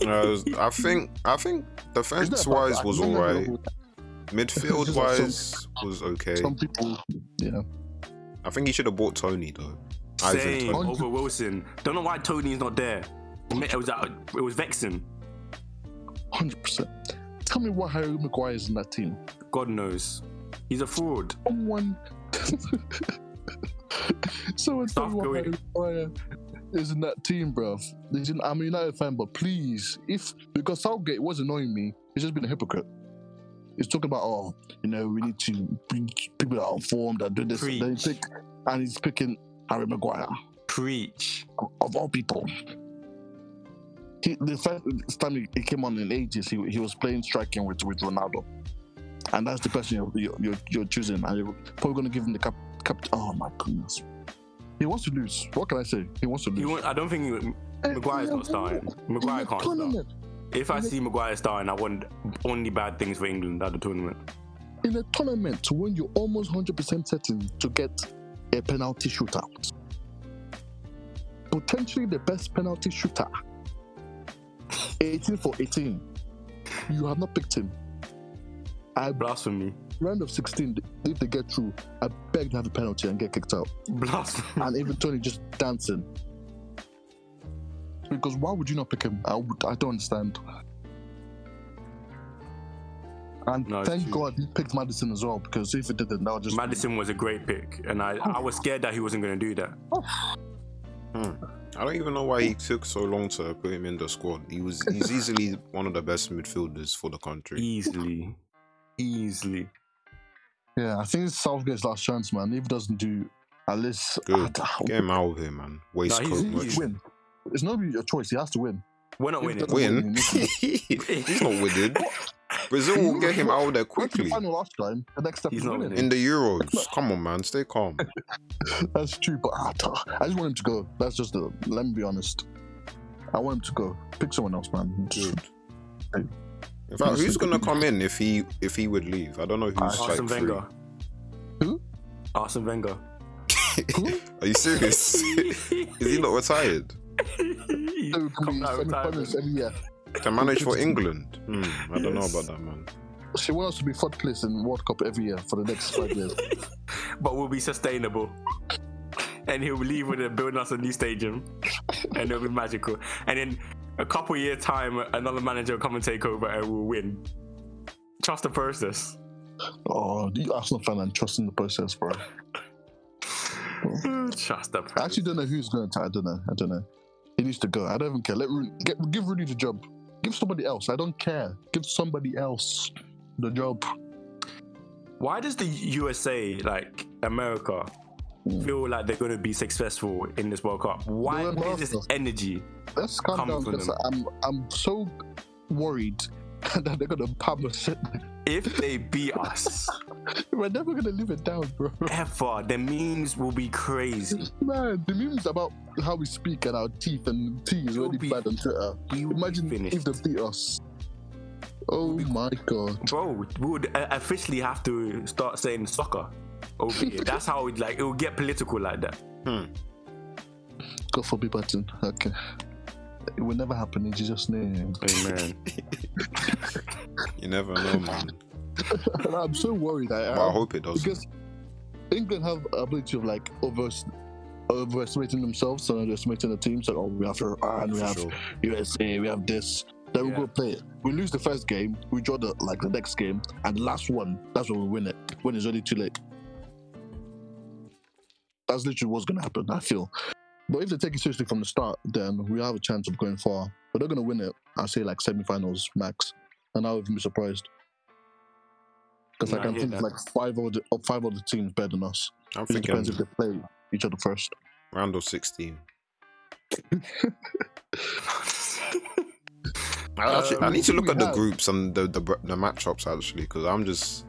Uh, I think I think defense wise was alright. Midfield
It's not
wise was okay.
Some people, yeah.
I think he should have bought Tony though. Eyes and
Same
Tony.
over Wilson. Don't know why Tony's not there. It was uh, it was vexing.
Hundred percent. Tell me why Harry Maguire is in that team.
God knows, he's a fraud.
Someone, someone tell me
Stop
why Harry
going.
Maguire is in that team, bruv. He's in- I'm a United fan, but please, if because Southgate was annoying me, he's just been a hypocrite. He's talking about oh, you know, we need to bring people that are informed and do this. and They
Preach.
pick, and he's picking Harry Maguire.
Preach.
of all people. He, the first time he- he came on in ages, he, he was playing striking with, with Ronaldo, and that's the person you're you're, you're, you're choosing, and you're probably going to give him the cap, cap. Oh my goodness, he wants to lose. What can I say? He wants to lose.
You want, I don't think he- Maguire's not starting. Maguire can't start. If I see Maguire starting, I want only bad things for England at the tournament.
in a tournament when you're almost 100% certain to get a penalty shootout. Potentially the best penalty shooter. 18 for 18. You have not picked him. I
Blasphemy.
round of 16, if they get through, I beg to have a penalty and get kicked out.
Blasphemy.
And even Tony just dancing. Because why would you not pick him? I, would, I don't understand. And
No, it's
thank
true.
God he picked Madison as well, because if he didn't, that would just.
Madison was a great pick, and I, I was scared that he wasn't going to do that.
I don't even know why he took so long to put him in the squad. He was he's easily one of the best midfielders for the country.
Easily. Easily.
Yeah, I think it's Southgate's last chance, man. If he doesn't do at least.
Good.
I- I-
Get him out of here, man.
he's-
Waistcoat
he needs
much.
to win. It's not really a choice. He has to win.
We're not
If the-
winning.
Win?
Win.
he's not winning. Brazil will get him out of there
Went to the
quickly.
final last time. The next step
He's
is
not
winning.
winning.
In the Euros. Come on, man. Stay calm.
That's true, but I, I just want him to go. That's just the. Let me be honest. I want him to go. Pick someone else, man. Just-
Dude. In fact, who's gonna come in if he if he would leave? I don't know who's
Arsene
like free.
Wenger.
Who?
Arsene Wenger.
Are you serious? Is he not retired?
It would
Come
be
out of
semi-finals
retirement.
every year.
To manage for England? Hmm, I don't know about that, man.
She wants to be fourth place in World Cup every year for the next five years.
But we'll be sustainable. And he'll leave with it, building us a new stadium. And it'll be magical. And in a couple year time, another manager will come and take over and we'll win. Trust the process.
Oh, the Arsenal fan and trusting the process, bro.
Trust the process.
I actually don't know who's going to. I don't know. I don't know. He needs to go. I don't even care. Let Rooney, get, give Rooney the job. Give somebody else. I don't care. Give somebody else the job.
Why does the USA, like America, feel like they're going to be successful in this World Cup? Why
They're
where is this
masters.
energy?
Let's calm
Come
down.
for
because
them.
I'm I'm so worried that they're gonna palm us.
If they beat us
We're never gonna live it down, bro.
ever, the memes will be crazy.
Man, the memes about how we speak and our teeth and tea is
You'll
already
be-
bad on Twitter.
You'll be
Imagine
finished.
if they beat us. Oh my god.
Bro, we would uh, officially have to start saying soccer over here. That's how it like it will get political like that.
God forbid button. Okay. It will never happen in Jesus' name.
Amen.
You never know, man.
And I'm so worried. I,
But I
I-
hope it doesn't.
because England have ability of like over overestimating themselves and underestimating the teams. Like, oh, we have Iran, we
For
have
sure.
USA, we have this. Then
Yeah.
we go play it. We lose the first game, we draw the like the next game, and the last one, that's when we win it. When it's already too late. That's literally what's gonna happen, I feel. But if they take it seriously from the start, then we have a chance of going far. But they're gonna win it, I say like semi-finals max. And I would even be surprised. Because
No,
I
I
can
hear
think
that.
like five of the of five of the teams better than us.
I'm
It just depends if
thinking
they play each other first.
round of 16. I, actually, I
Um,
need to look
we
at the
have-
groups and the the, br- the matchups actually because I'm just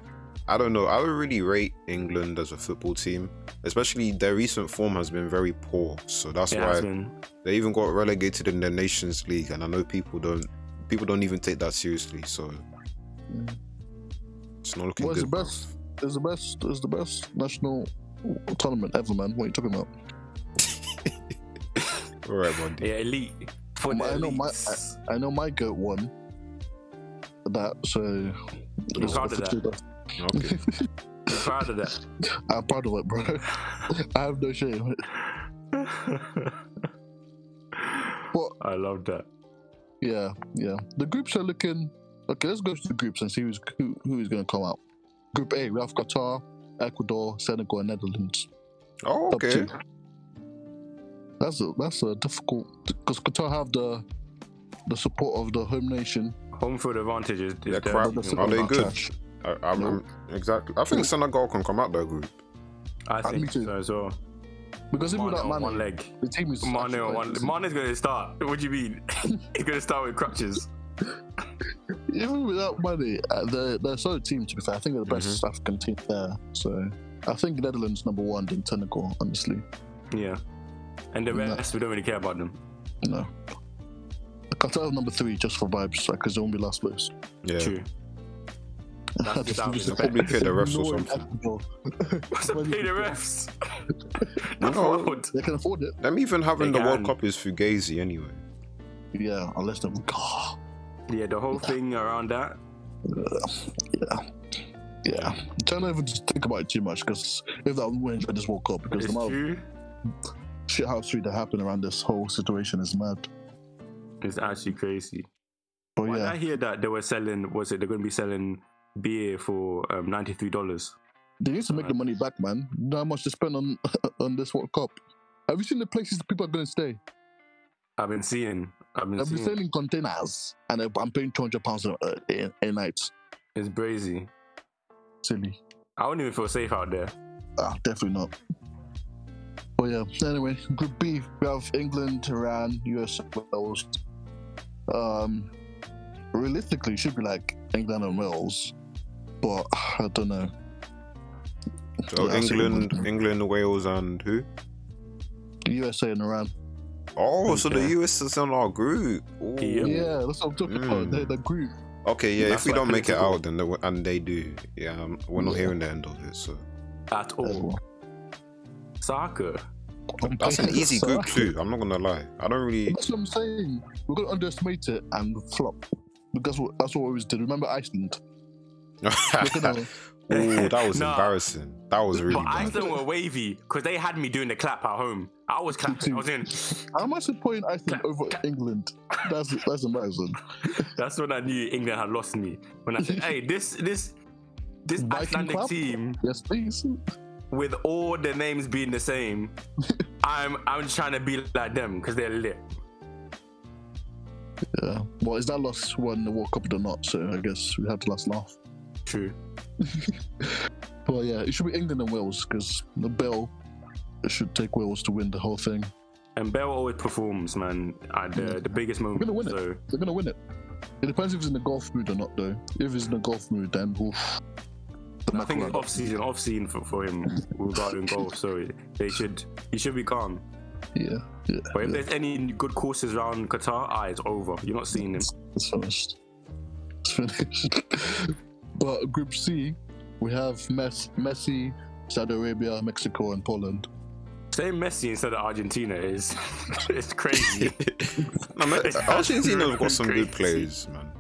I don't know I don't really rate England as a football team especially their recent form has been very poor so that's
It
why
has been.
they even got relegated in the Nations League and I know people don't people don't even take that seriously so it's not looking
Well, it's
good
the best. It's the best. It's the best national tournament ever, man. What are you talking about?
all right buddy
Yeah, elite. For the
I know my-
elites.
I know my goat won. That so.
You're proud of that?
okay
Be proud of that.
I'm proud of it, bro. I have no shame. But
I love that.
yeah, yeah. The groups are looking. Okay, let's go to the groups and see who's who, who is going to come out. Group A, we have Qatar, Ecuador, Senegal, and Netherlands.
oh
Top
okay
two. That's a that's a difficult because Qatar have the the support of the home nation.
Home field advantage is, is
They're
their
crap.
but the
leading
Are
support
they
of
good?
trash.
I, I'm,
No.
I'm- exactly I think Senegal can come out their group
I
Uh, me
think
too.
so as well.
Because if
Mane
you
on
don't Mane,
one leg.
the team is
Mane
actually
on
quite
one.
decent.
Mane's going to start. What do you mean? He's going to start with crutches.
Even without money, uh, they're, they're a solid team, to be fair. I think they're the best African team there. So I think Netherlands number one, then Senegal, honestly.
Yeah. And the
No.
rest, we don't really care about them.
No. Qatar number three, just for vibes, because they won't be last place.
yeah
True. That's without
Just-
respect.
Probably pay the refs
No
or something.
impossible.
What's up,
Why do
pay
you
the
think
refs? That's
No.
wild.
They can afford it.
Them even having
They
the World
can.
Cup is fugazi anyway.
Yeah, unless they're God.
Yeah, the whole thing around that.
Yeah. Yeah. Try not even to think about it too much because if that we enjoy this World Cup because
It's
the amount of
true.
shit house street that happened around this whole situation is mad.
It's actually crazy.
But
Why did
Oh, yeah,
I hear that they were selling? Was it they're going to be selling beer for um, ninety three dollars?
they need to make the money back, man. You know how much they spend on on this World Cup. Have you seen the places people are going to stay?
I've been seeing. I've been
They'll be
seeing.
selling containers and I- I'm paying 200 pounds a, a, a night.
It's brazy.
Silly.
I wouldn't even feel safe out there.
Ah, definitely not. But yeah, anyway, Group B, we have England, Iran, US, Wales. Um, realistically, it should be like England and Wales, but I don't know.
So
Yeah, I see
England,
England.
England, Wales, and who?
USA and Iran.
Oh, so the
Okay.
US is in our group. Ooh.
Yeah.
Yeah, that's what I'm talking about.
Mm.
They're the group.
Okay, yeah.
That's
if we
why
don't make it
critical.
out, then they, and they do, yeah, um, we're not
Yeah.
hearing the end of it. So
At all.
Oh,
Soccer.
that's an easy group too. I'm not gonna lie. I don't really.
That's what I'm saying. We're going to underestimate it and flop. Because what- that's what we always did. Remember Iceland?
oh,
We're
that
gonna-
was
No.
embarrassing. That was really
But
bad.
Iceland were wavy because they had me doing the clap at home. I was clapping. I was in.
How much is putting Iceland over England? That's that's embarrassing.
That's when I knew England had lost me. When I said, "Hey, this this this
Viking
Icelandic
clap?
team
Yes, please.
with all the names being the same, I'm I'm trying to be like them because they're lit."
Yeah. Well, is that loss when the World Cup or not? So I guess we had the last laugh.
True.
But yeah, it should be England and Wales because the bell should take Wales to win the whole thing.
And Bell always performs, man, at the, the biggest moment.
gonna win it.
so
They're gonna win it. It depends if it's in the golf mood or not, though. If it's in the golf mood, then oof. The
I think it's
mackerel.
off season, off season for, for him regarding golf. So they should he should be calm.
Yeah, yeah.
But if
yeah.
there's any good courses around Qatar, ah, it's over. You're not seeing them.
It's finished. It's finished. but Group C, we have Mess- Messi, Saudi Arabia, Mexico, and Poland.
Saying Messi instead of Argentina is it's crazy.
No, man,
It's
Argentina have got some
crazy.
good players, man.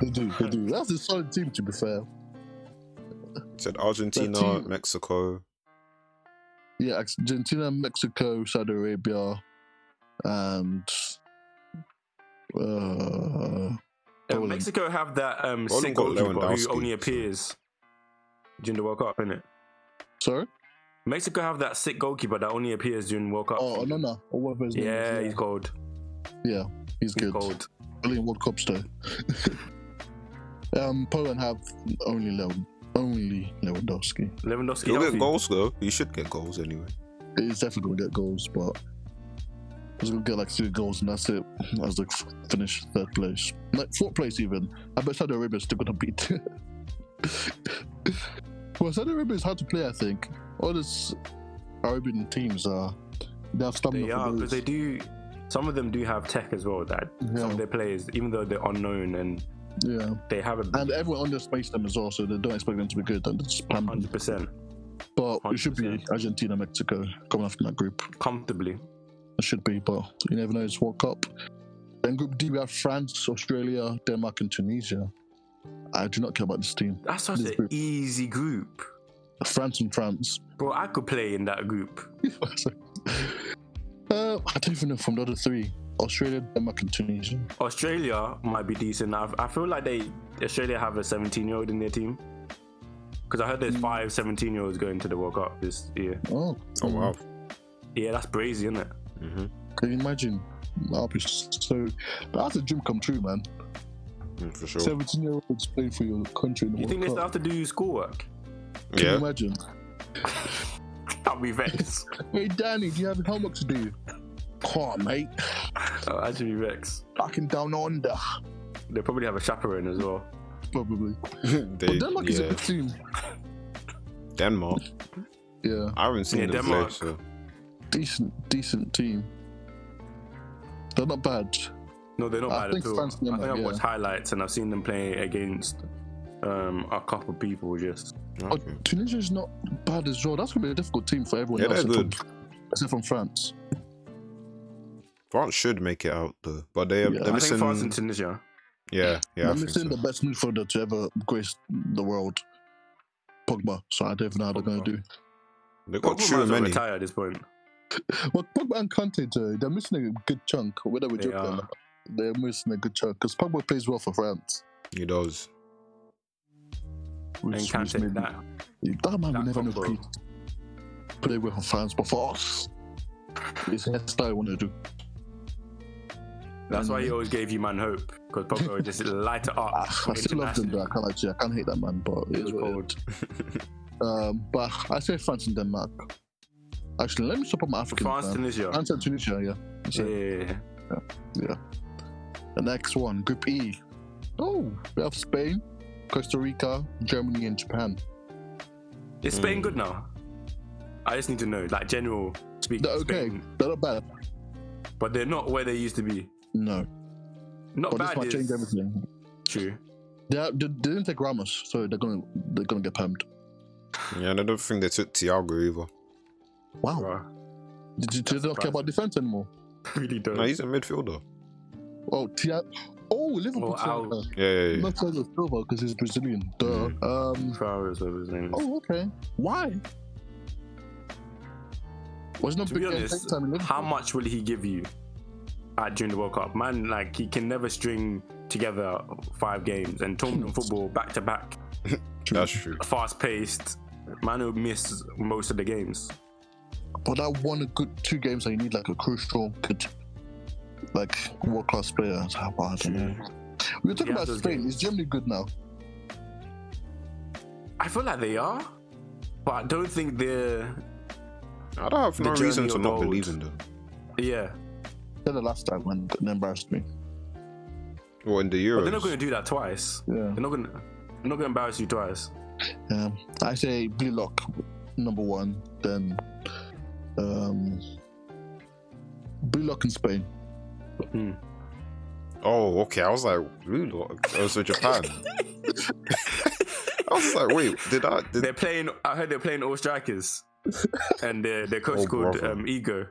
They do, they do. That's a solid team, to be fair.
said Argentina,
team-
Mexico.
Yeah, Argentina, Mexico, Saudi Arabia, and uh,
Uh,
Poland.
Mexico have that um,
Poland
sick
got
goalkeeper
Lewandowski,
who only
so-
appears during the World Cup, innit?
sorry,
Mexico have that sick goalkeeper that only appears during World Cup.
oh Onana, or whatever his name
yeah,
is.
he's gold.
yeah, he's
He's
good.
gold.
Brilliant World Cups though. um, Poland have only Lew- only Lewandowski.
Lewandowski.
You'll
healthy.
get goals though. You should get goals anyway.
He's definitely gonna get goals, but he's gonna get like three goals and that's it. As they f- finish third place, like fourth place even. I bet Saudi Arabia is still gonna beat. well, Saudi Arabia is hard to play. I think all these Arabian teams are they have stamina.
They are
for
because
days.
they do. Some of them do have tech as well. That some
Yeah.
of their players, even though they're unknown and
Yeah,
they have a
and everyone underestimates them as well, so they don't expect them to be good. And it's
hundred percent
but it should be
100%.
Argentina, Mexico coming after that group.
comfortably.
It should be, but you never know. It's World Cup. Then Group D, we have France, Australia, Denmark, and Tunisia. I do not care about this team.
That's such
This
an
group.
easy group,
France and France.
bro. I could play in that group.
uh, I don't even know from the other three Australia, Denmark, and Tunisia.
Australia might be decent. i I feel like they Australia have a seventeen-year-old in their team because I heard
Mm.
there's five 17-year-olds going to the World Cup this year.
Oh,
Oh wow.
Yeah, that's brazy, isn't it?
hmm
Can you imagine? That'll be so. That's a dream come true, man.
Mm, for sure.
17 year olds playing for your country in the
You
World
think they still
Cup.
have to do schoolwork?
Can you
yeah.
imagine?
I'll be vexed.
Hey, Danny, do you have homework to do? Come on, mate.
I'll actually be vexed.
Back in down under.
They probably have a chaperone as well.
Probably.
they,
But Denmark is a
yeah.
good team.
Denmark.
Yeah,
I haven't seen
Yeah,
them
Denmark.
play. So.
decent, decent team. They're not bad.
No, they're not
I
bad
think
at all.
France
I think
Denmark,
I've
yeah.
watched highlights and I've seen them play against um, a couple people just
Oh,
Okay.
Tunisia is not bad as well. That's gonna be a difficult team for everyone
Yeah,
else.
they're
except
good.
for- Except from France.
France should make it out though, but they are
Yeah.
they're
I think
missing.
France and Tunisia.
yeah, yeah. I
I'm
think
missing
so.
the best midfielder to ever grace the world. Pogba. So I don't even know how they're gonna do.
They've got
Pogba might
too
as well
many.
retire at this point.
Well, Pogba and Kante, too, they're missing a good chunk. Whether we
They
joke or
are.
not, they're missing a good chunk because Pogba plays well for France.
He does.
And
Which,
can't
which
take
maybe-
that.
that man will
that
never know
combo.
play- play well for France, but for us, it's that's what I want to do.
That's why he always gave you man hope because Pogba would just light it
I,
up.
Ah, I still love them, though. I can't actually, I can't hate that man, but it's
cold.
Um, but I say France and Denmark. Actually, let me stop on my African.
France,
fan.
Tunisia.
France and Tunisia, yeah. That's it.
Yeah.
The next one, Group E. Oh, we have Spain, Costa Rica, Germany, and Japan.
Is
Hmm.
Spain good now? I just need to know, like general speaking.
They're okay.
Spain,
They're not bad.
but they're not where they used to be.
No,
Not
but this
bad.
might
Is
change everything.
True.
They, are, they, they didn't take Ramos, so they're gonna they're gonna get pammed.
Yeah, and I don't think they took Thiago either.
Wow,
bruh.
did, did they not care about defense anymore?
Really don't.
No, he's a midfielder.
Oh, Tia, oh Liverpool,
Well, I'll-
Thiago.
Yeah, yeah, yeah.
not Thiago Silva because he's Brazilian. Duh. Um.
Travis, whatever his name is.
Oh, okay. Why? Was not
to
big
be
game
honest,
take time in
Oh.
Liverpool?
how much will he give you at during the World Cup? Man, like he can never string together five games and tournament football back to back,
That's true.
fast paced. Man who missed most of the games.
But that one good two games that you need like a crucial, good, like world class player. It's how- I don't know. We were talking
Yeah,
about
those
Spain.
games.
Is Germany good now?
I feel like they are, but I don't think they're.
I don't have
The
no reason
journey
to
of
not
gold.
believe in them.
Yeah,
They're the last time when they embarrassed me.
Well, in the
but
Euros.
they're not going to do that twice.
Yeah.
They're not going. to They're not going to embarrass you twice.
Um, I say Blue Lock, number one. Then, um, Blue Lock in Spain.
Oh, okay. I was like, really? Oh, so Japan. I was like, wait, did I? Did...
They're playing. I heard they're playing all strikers, and their their coach
Oh,
called
brother.
um, Ego.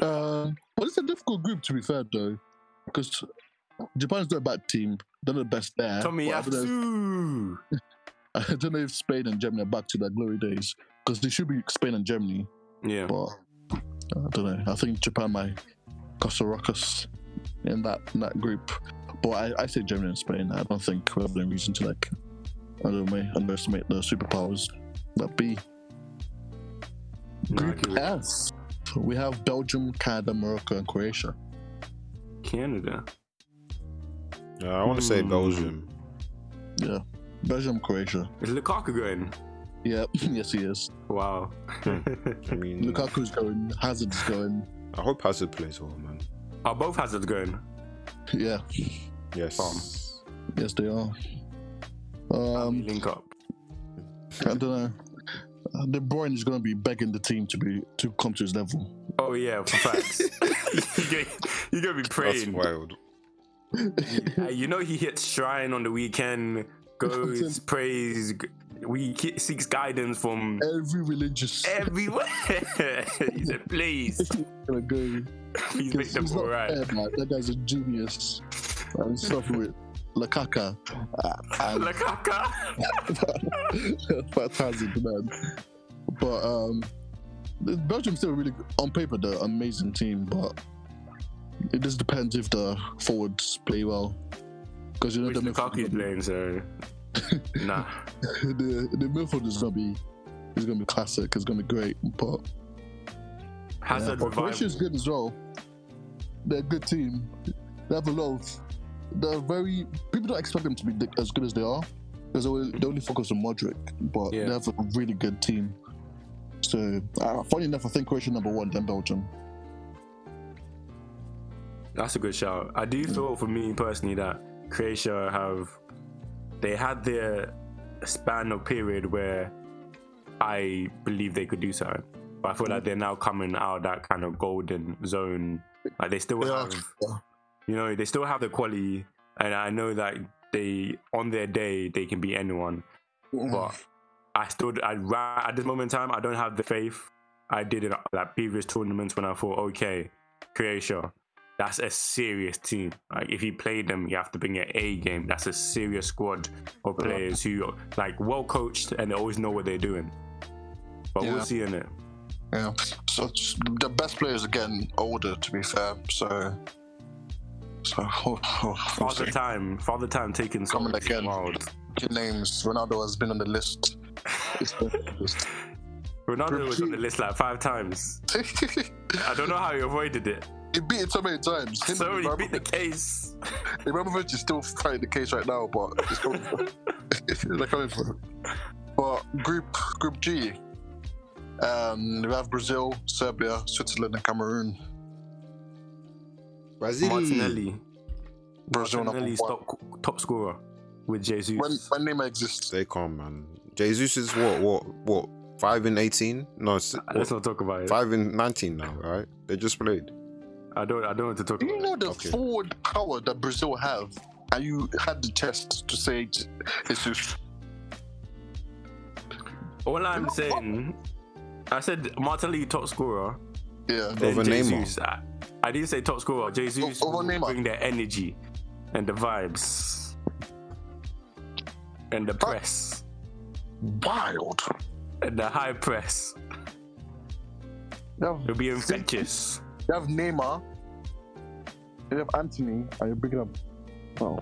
Um, but it's a difficult group to be fair though, because Japan's not a bad team. They're not the best there.
Tommy
but I don't know-
Yasu.
I don't know if Spain and Germany are back to their glory days because they should be Spain and Germany,
Yeah.
but I don't know. I think Japan might Costa Rocas in that in that group, but I, I say Germany and Spain. I don't think we have any reason to like I don't know, underestimate the superpowers that be.
No, I
Group
agree with you.
F, we have Belgium, Canada, Morocco, and Croatia.
Canada.
Yeah, I want to say
Hmm.
Belgium.
Yeah, Belgium, Croatia.
Is Lukaku going?
Yeah, yes, he is.
Wow.
I mean,
Lukaku's going, Hazard's going.
I hope Hazard plays well, man.
Are both Hazards going?
Yeah,
Yes.
yes, they are.
Um,
Um,
link up.
I don't know. Uh, De Bruyne is going to be begging the team to be to come to his level.
Oh yeah, for facts. You're gonna- You're gonna be
That's
praying.
wild.
Uh, you know he hits shrine on the weekend. Goes prays. g- We ki- seeks guidance from
Every religious
Eh, everywhere. he said, "Please,
gonna go.
please make them
He's
all
not
right."
fair, man. That guy's a genius. I'm suffering with Lakaka uh, and
Lukaku.
Fat Hazard, man. But um, the- Belgium's still a really good- on paper they're an amazing team, but it just depends if the forwards play well. Because you know
Which
the
Lukaku's
midfield,
playing, so nah.
the, the midfield is gonna be is gonna be classic. It's gonna be great, but
Hazard
yeah, but Croatia's
revival.
good as well. They're a good team. They have a lot. Of, they're very people don't expect them to be as good as they are because they, only- they only focus on Modric, but
Yeah.
they have a really good team. So, uh, funny enough, I think Croatia number one, then Belgium.
That's a good shout. I do feel for me personally that Croatia have they had their span of period where I believe they could do something. But I feel like they're now coming out of that kind of golden zone. Like they still
They are.
have you know, they still have the quality and I know that they on their day they can beat anyone. But I still I ra- at this moment in time I don't have the faith I did in like previous tournaments when I thought okay Croatia that's a serious team like if you play them you have to bring your A game that's a serious squad of players who are like well coached and they always know what they're doing. But
Yeah.
we'll see in it.
Yeah. So it's- the best players are getting older, to be fair. So, so oh, oh, we'll
Father
see.
time, father time taking so
Coming
much
again.
wild.
Your names. Ronaldo has been on the list. He's been on the list.
Ronaldo was on the list like five times. I don't know how he avoided it.
he beat it so many times. Him
So
and
he
Ibram-
beat the case.
Ibrahimovic is still fighting the case right now, but it's coming for They're coming for him. But group group G, um, we have Brazil, Serbia, Switzerland, and Cameroon.
Brazil.
Martinelli.
Brazil number
Martinelli's
one.
top, top scorer with Jesus.
When when Neymar exists,
Stay calm, man. Jesus is what, what, what? Five in eighteen? No, s-
Let's
what,
not talk about it.
five in nineteen now, right? They just played.
I don't. I don't want to talk
do
about
you
it.
know the
Okay.
forward power that Brazil have? And you had the chest to say it's just
All I'm saying, I said Martinelli top scorer.
yeah.
Then
Over Neymar.
Jesus. I, I didn't say top scorer. Jesus
O- over
will
Neymar.
bring the energy and the vibes and the press
Wild.
and the high press.
You have,
It'll be infectious.
you have Neymar. You have Anthony. Are you bringing up? Oh,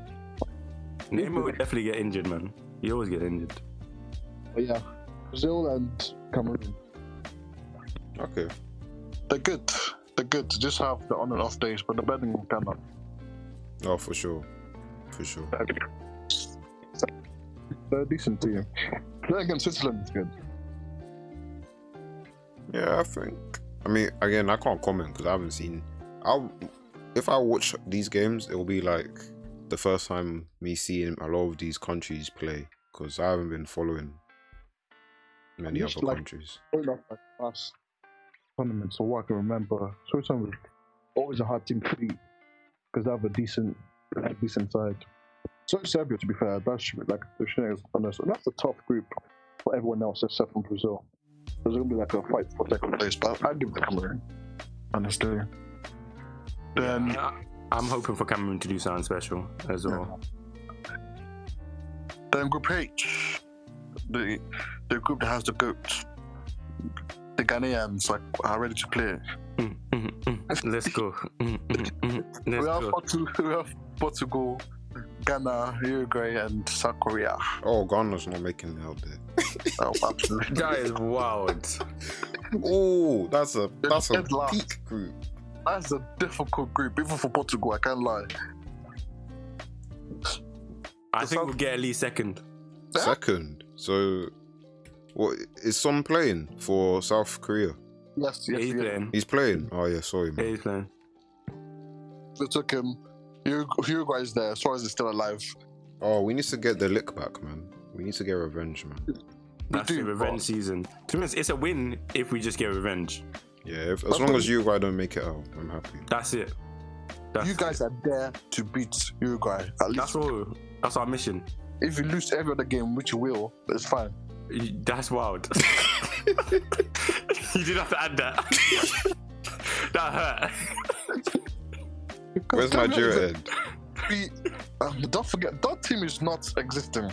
Neymar will definitely get injured, man. He always get injured.
but yeah. Brazil and Cameroon.
Okay.
They're good. They're good. Just have the on and off days, but the betting cannot. uh,
Oh, for sure, for sure.
They're a decent team. Then against Switzerland is good.
Yeah, I think. I mean, again, I can't comment because I haven't seen. I if I watch these games, it will be like the first time me seeing a lot of these countries play because I haven't been following many
You
other
should, like-
countries.
Going off like last tournament, so what I can remember, Switzerland was always a hard team to beat because they have a decent, a decent side. So is Serbia, to be fair, that should be like the Schneider's honest. And that's the top group for everyone else except for Brazil. There's gonna be like a fight for second place, but I'd give it to Cameroon. Honestly. Then
I- I'm hoping for Cameroon to do something special as well.
Then Group H, the the group that has the goats, the Ghanaians, like are ready to play.
Mm, mm, mm. Let's go. Mm, mm, mm. Let's
we have
go.
Portu- we have Portugal, Ghana, Uruguay, and South Korea.
Oh, Ghana's not making it out there.
Oh, absolutely.
That is wild.
Oh, that's a
They're
that's a
dead last.
peak group.
That's a difficult group, even for Portugal. I can't lie.
I think we'll get at least second.
Yeah.
Second. So, what is Son playing for South Korea?
Yes,
Yeah,
yes,
he's
yes.
playing.
He's playing. Oh yeah, sorry
Yeah,
man.
he's playing.
They took him. Urugu- Uruguay is there. Suarez is still alive.
Oh, we need to get the lick back, man. We need to get revenge, man.
That's the
do,
revenge
but-
season. To be honest, it's a win if we just get revenge.
Yeah, if, as long as Uruguay don't make it out, I'm happy.
That's it. That's,
you guys are there to beat Uruguay. At least
that's all. That's our mission.
if you lose every other game, which you will, it's fine.
You- That's wild. you didn't have to add that. that hurt.
Where's
Don't forget
Nigeria end?
that- we- um, don't forget that team is not existing.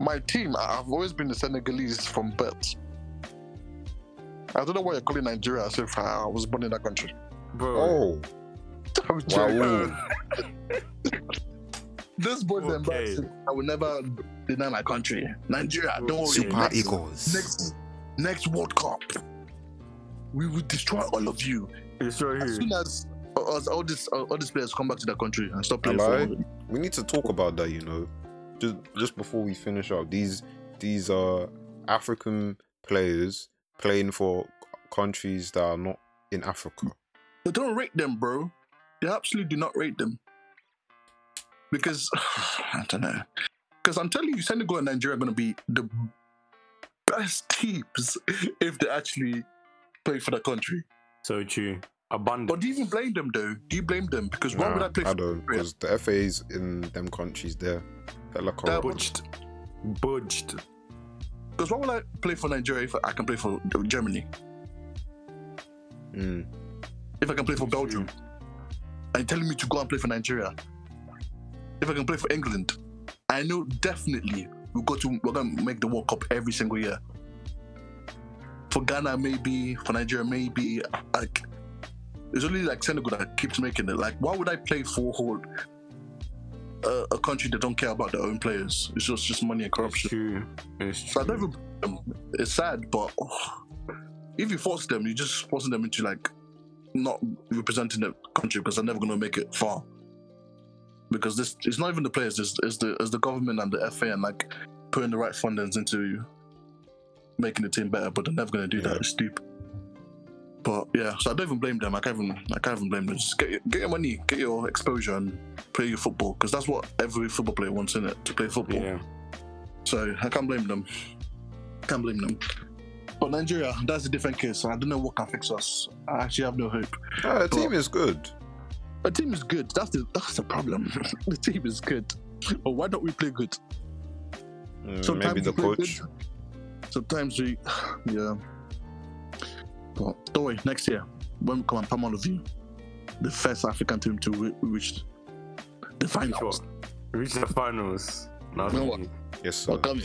My team, I- I've always been the Senegalese from birth. I don't know why you're calling Nigeria as if uh, I was born in that country.
Bro.
Oh,
I'm joking.
wow.
This boy's
Okay.
embarrassing. I will never deny my country. Nigeria, don't worry.
Super
next,
Eagles.
next, next World Cup, we will destroy all of you.
You sure
As
who?
soon as, as all, this, all these players come back to their country and stop playing
Hello?
for
We need to talk about that, you know. Just just before we finish up, these these are African players playing for countries that are not in Africa.
They don't rate them, bro. They absolutely do not rate them. Because I don't know. Because I'm telling you, Senegal and Nigeria are going to be the best teams if they actually play for the country.
So true. abundance.
But do you even blame them though? Do you blame them? Because why would
Nah,
I play
I
for
don't, because the FAs in them countries, they're hella corrupt.
budged, budged.
Because why would I play for Nigeria if I can play for Germany?
Mm.
If I can play for Belgium, and you're telling me to go and play for Nigeria. If I can play for England, I know definitely we go to we're gonna make the World Cup every single year. For Ghana, maybe for Nigeria, maybe like it's only like Senegal that keeps making it. Like, why would I play for whole, uh, a country that don't care about their own players? It's just just money and
It's
corruption.
true. It's
So I don't
true.
even blame them. It's sad, but oh, if you force them, you're just forcing them into like not representing the country because they're never going to make it far. Because this, it's not even the players. It's, it's the it's the government and the FA and like putting the right fundings into making the team better, but they're never going to do
Yeah.
that. It's stupid. But yeah, so I don't even blame them. I can't even I can't even blame them. Just get your, get your money, get your exposure, and play your football because that's what every football player wants in it to play football.
Yeah.
So I can't blame them. Can't blame them. But Nigeria, that's a different case. I don't know what can fix us. I actually have no hope.
Ah, the team is good.
The team is good. That's the that's the problem. the team is good. But why don't we play good?
Mm, maybe the
we play
coach.
good. Sometimes we, yeah. But don't worry. Next year, when we come and palm all of you, the first African team to re- reach the
Reach
finals.
what? Reach the finals. No,
You know what?
Yes, sir.
We're coming.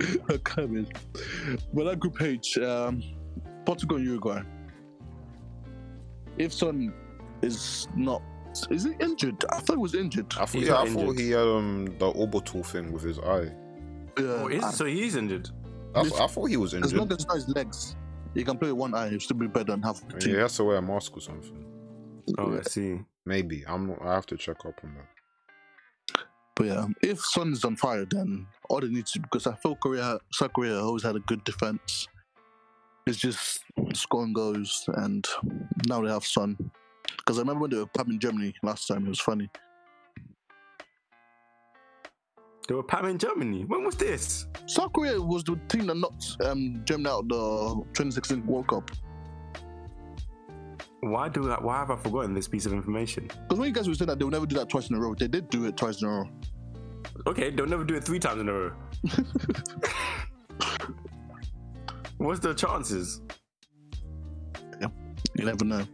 We're coming. Well, that group H, um, Portugal and Uruguay. If Son is not, is he injured? I thought he was injured.
I thought,
He's
yeah, I
not
thought
injured.
he had um, the orbital thing with his eye.
Yeah.
Oh, is, so he's injured.
That's,
Listen,
I thought he was
as
injured.
long as it's not his legs, he can play with one eye. He'll still be better than half the
Yeah, he
team.
has to wear a mask or something.
Oh, I see.
Maybe I'm. Not, I have to check up on that.
But yeah, if Son is on fire, then all they need to because I feel Korea, South Korea always had a good defense. It's just scoring goals, and now they have Son. Because I remember when they were pub in Germany last time, it was funny.
They were pamming Germany. When was this?
South Korea was the team that knocked um, Germany out the 2016 World Cup.
Why do I, why have I forgotten this piece of information?
Because when you guys were saying that they would never do that twice in a row, they did do it twice in a row.
Okay, they'll never do it three times in a row. What's the chances?
You never know.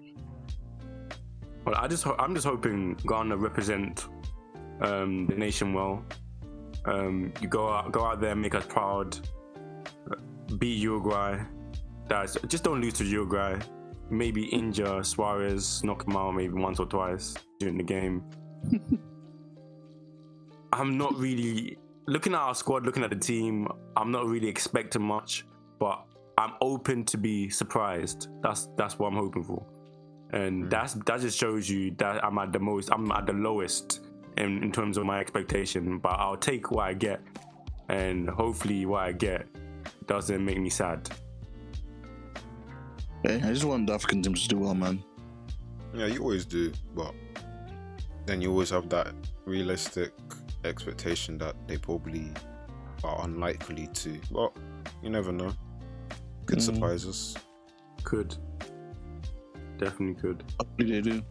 Well, I just ho- I'm just hoping Ghana represent um, the nation well. Um, you go out go out there, make us proud. Beat Uruguay. That's just don't lose to Uruguay. Maybe injure Suarez, knock him out maybe once or twice during the game. I'm not really looking at our squad, looking at the team. I'm not really expecting much, but I'm open to be surprised. That's that's what I'm hoping for
Hmm.
and that's that just shows you that I'm at the most, I'm at the lowest in, in terms of my expectation. But I'll take what I get, and hopefully, what I get doesn't make me sad.
Hey, I just want the African teams to do well, man.
Yeah, you always do, but then you always have that realistic expectation that they probably are unlikely to. But you never know. Could
Mm.
surprise us.
Could definitely could.
Hopefully they do.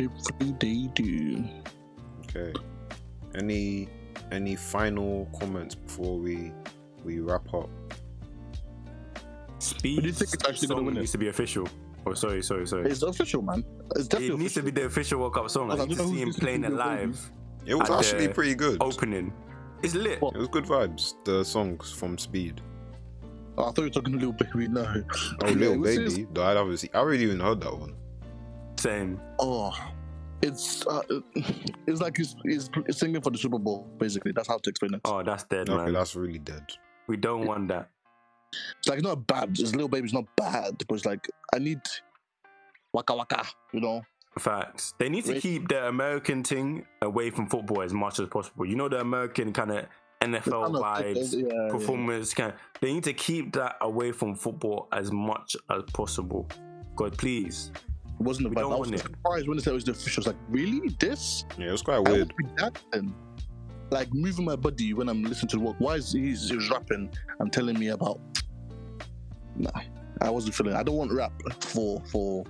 Hopefully they do.
Okay. Any any final comments before we we wrap up?
Speed.
But do you think it's actually gonna
song
win it?
needs to be official. Oh, sorry, sorry, sorry.
It's official, man. It's
it
definitely
needs to be the official World Cup song. I
I don't
need to
know
see
who
him
this
playing
is
it
gonna win.
live,
It was
At
actually
the
pretty good.
opening. It's lit.
Well-
It was good vibes. The songs from Speed.
Oh, I thought you were talking to Little Baby. No.
Oh,
Yeah,
little
it was just-
baby. No, I haven't seen. I already even heard that one.
Same.
Oh, it's uh, it's like he's, he's singing for the Super Bowl. Basically, that's how to explain it.
Oh, that's dead,
Okay,
man.
that's really dead.
We don't want that.
It's like not bad. His little baby's not bad, but it's like I need waka waka. You know,
Facts. They need to
Wait.
keep the American thing away from football as much as possible. You know the American kind of
The
NFL
kind of-
vibes,
yeah, yeah.
performance kind. They need to keep that away from football as much as possible. God, please.
It wasn't the
We
vibe.
don't
I was
want it.
surprised when they said it was the official. I was like, really? This?
Yeah, it was quite
I
weird.
would be dancing, like moving my body when I'm listening to the work. Why is he, he's, he's rapping and telling me about? Nah, I wasn't feeling. I don't want rap for for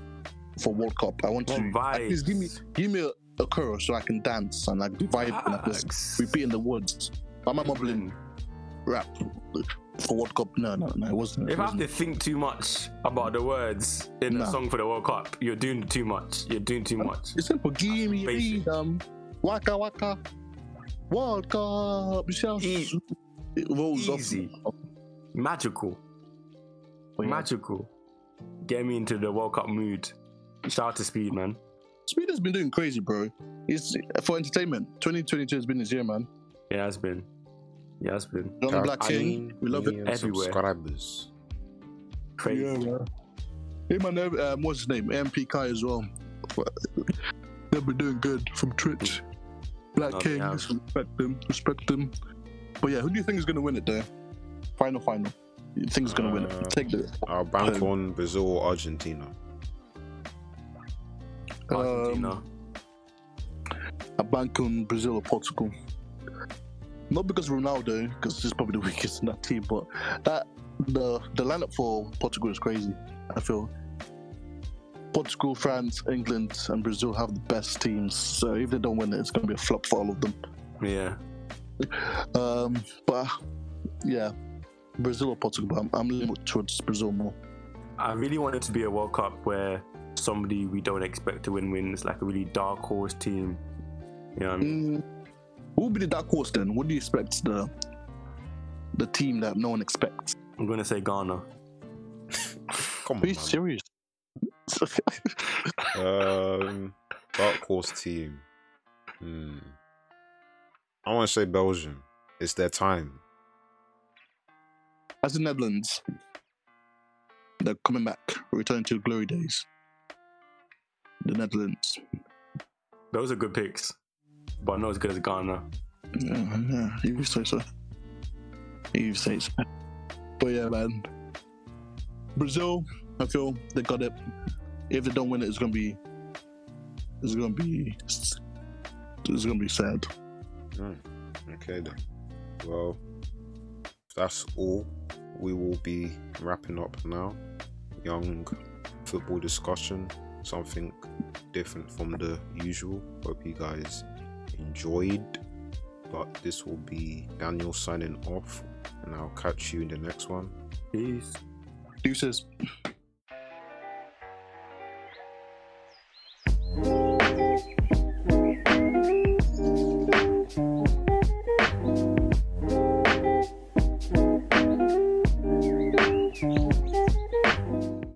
for World Cup. I want
Well,
to at least give me
vibes.
give me a, a chorus so I can dance and like vibe and I just
Facts.
repeating the words. Am I mumbling rap for World Cup? No, no, no. It wasn't. It
If I have
wasn't.
to think too much about the words in
Nah.
a song for the World Cup, you're doing too much. You're doing too much.
It's simple. Give me
basic.
freedom. Waka waka. World Cup. You see how
E-
it rolls
easy.
off.
Magical,
But Oh, yeah.
magical. Get me into the World Cup mood. Shout out to Speed, man.
Speed has been doing crazy, bro. It's for entertainment. 2022 has been his year, man.
It has been. It has been
John the Black King.
mean,
We love it.
million
everywhere.
Subscribers.
crazy.
man. Him and uh, um, what's his name? MP Kai as well. They've been doing good from Twitch. Black
No, they
King,
have.
respect them, respect them. But yeah, who do you think is gonna win it though? Final, final. You think is gonna win
Uh,
it? Take the
I'll bank
Who?
on Brazil or Argentina.
Argentina.
a bank on Brazil or Portugal. Not because of Ronaldo, because he's probably the weakest in that team, but that the the lineup for Portugal is crazy. I feel Portugal, France, England, and Brazil have the best teams. So if they don't win it, it's going to be a flop for all of them.
yeah.
Um, but yeah, Brazil or Portugal, but I'm, I'm leaning towards Brazil more.
I really want it to be a World Cup where somebody we don't expect to win wins, like a really dark horse team. You know what I mean?
Mm. Who will be the dark horse then? What do you expect the the team that no one expects?
I'm gonna say Ghana.
Come on,
Be
man.
serious.
Um, dark horse team. Hmm. I want to say Belgium. It's their time.
As the Netherlands, they're coming back, returning to glory days. The Netherlands.
Those are good picks, but not as good as Ghana.
Yeah, yeah, you say so. You say so. But yeah, man. Brazil, I feel they got it. If they don't win it, it's gonna be, it's gonna be, it's gonna be sad.
Hmm. Okay then. Well, if that's all. We will be wrapping up now. Young football discussion. Something different from the usual. Hope you guys enjoyed. But this will be Daniel signing off, and I'll catch you in the next one.
Peace.
Deuces.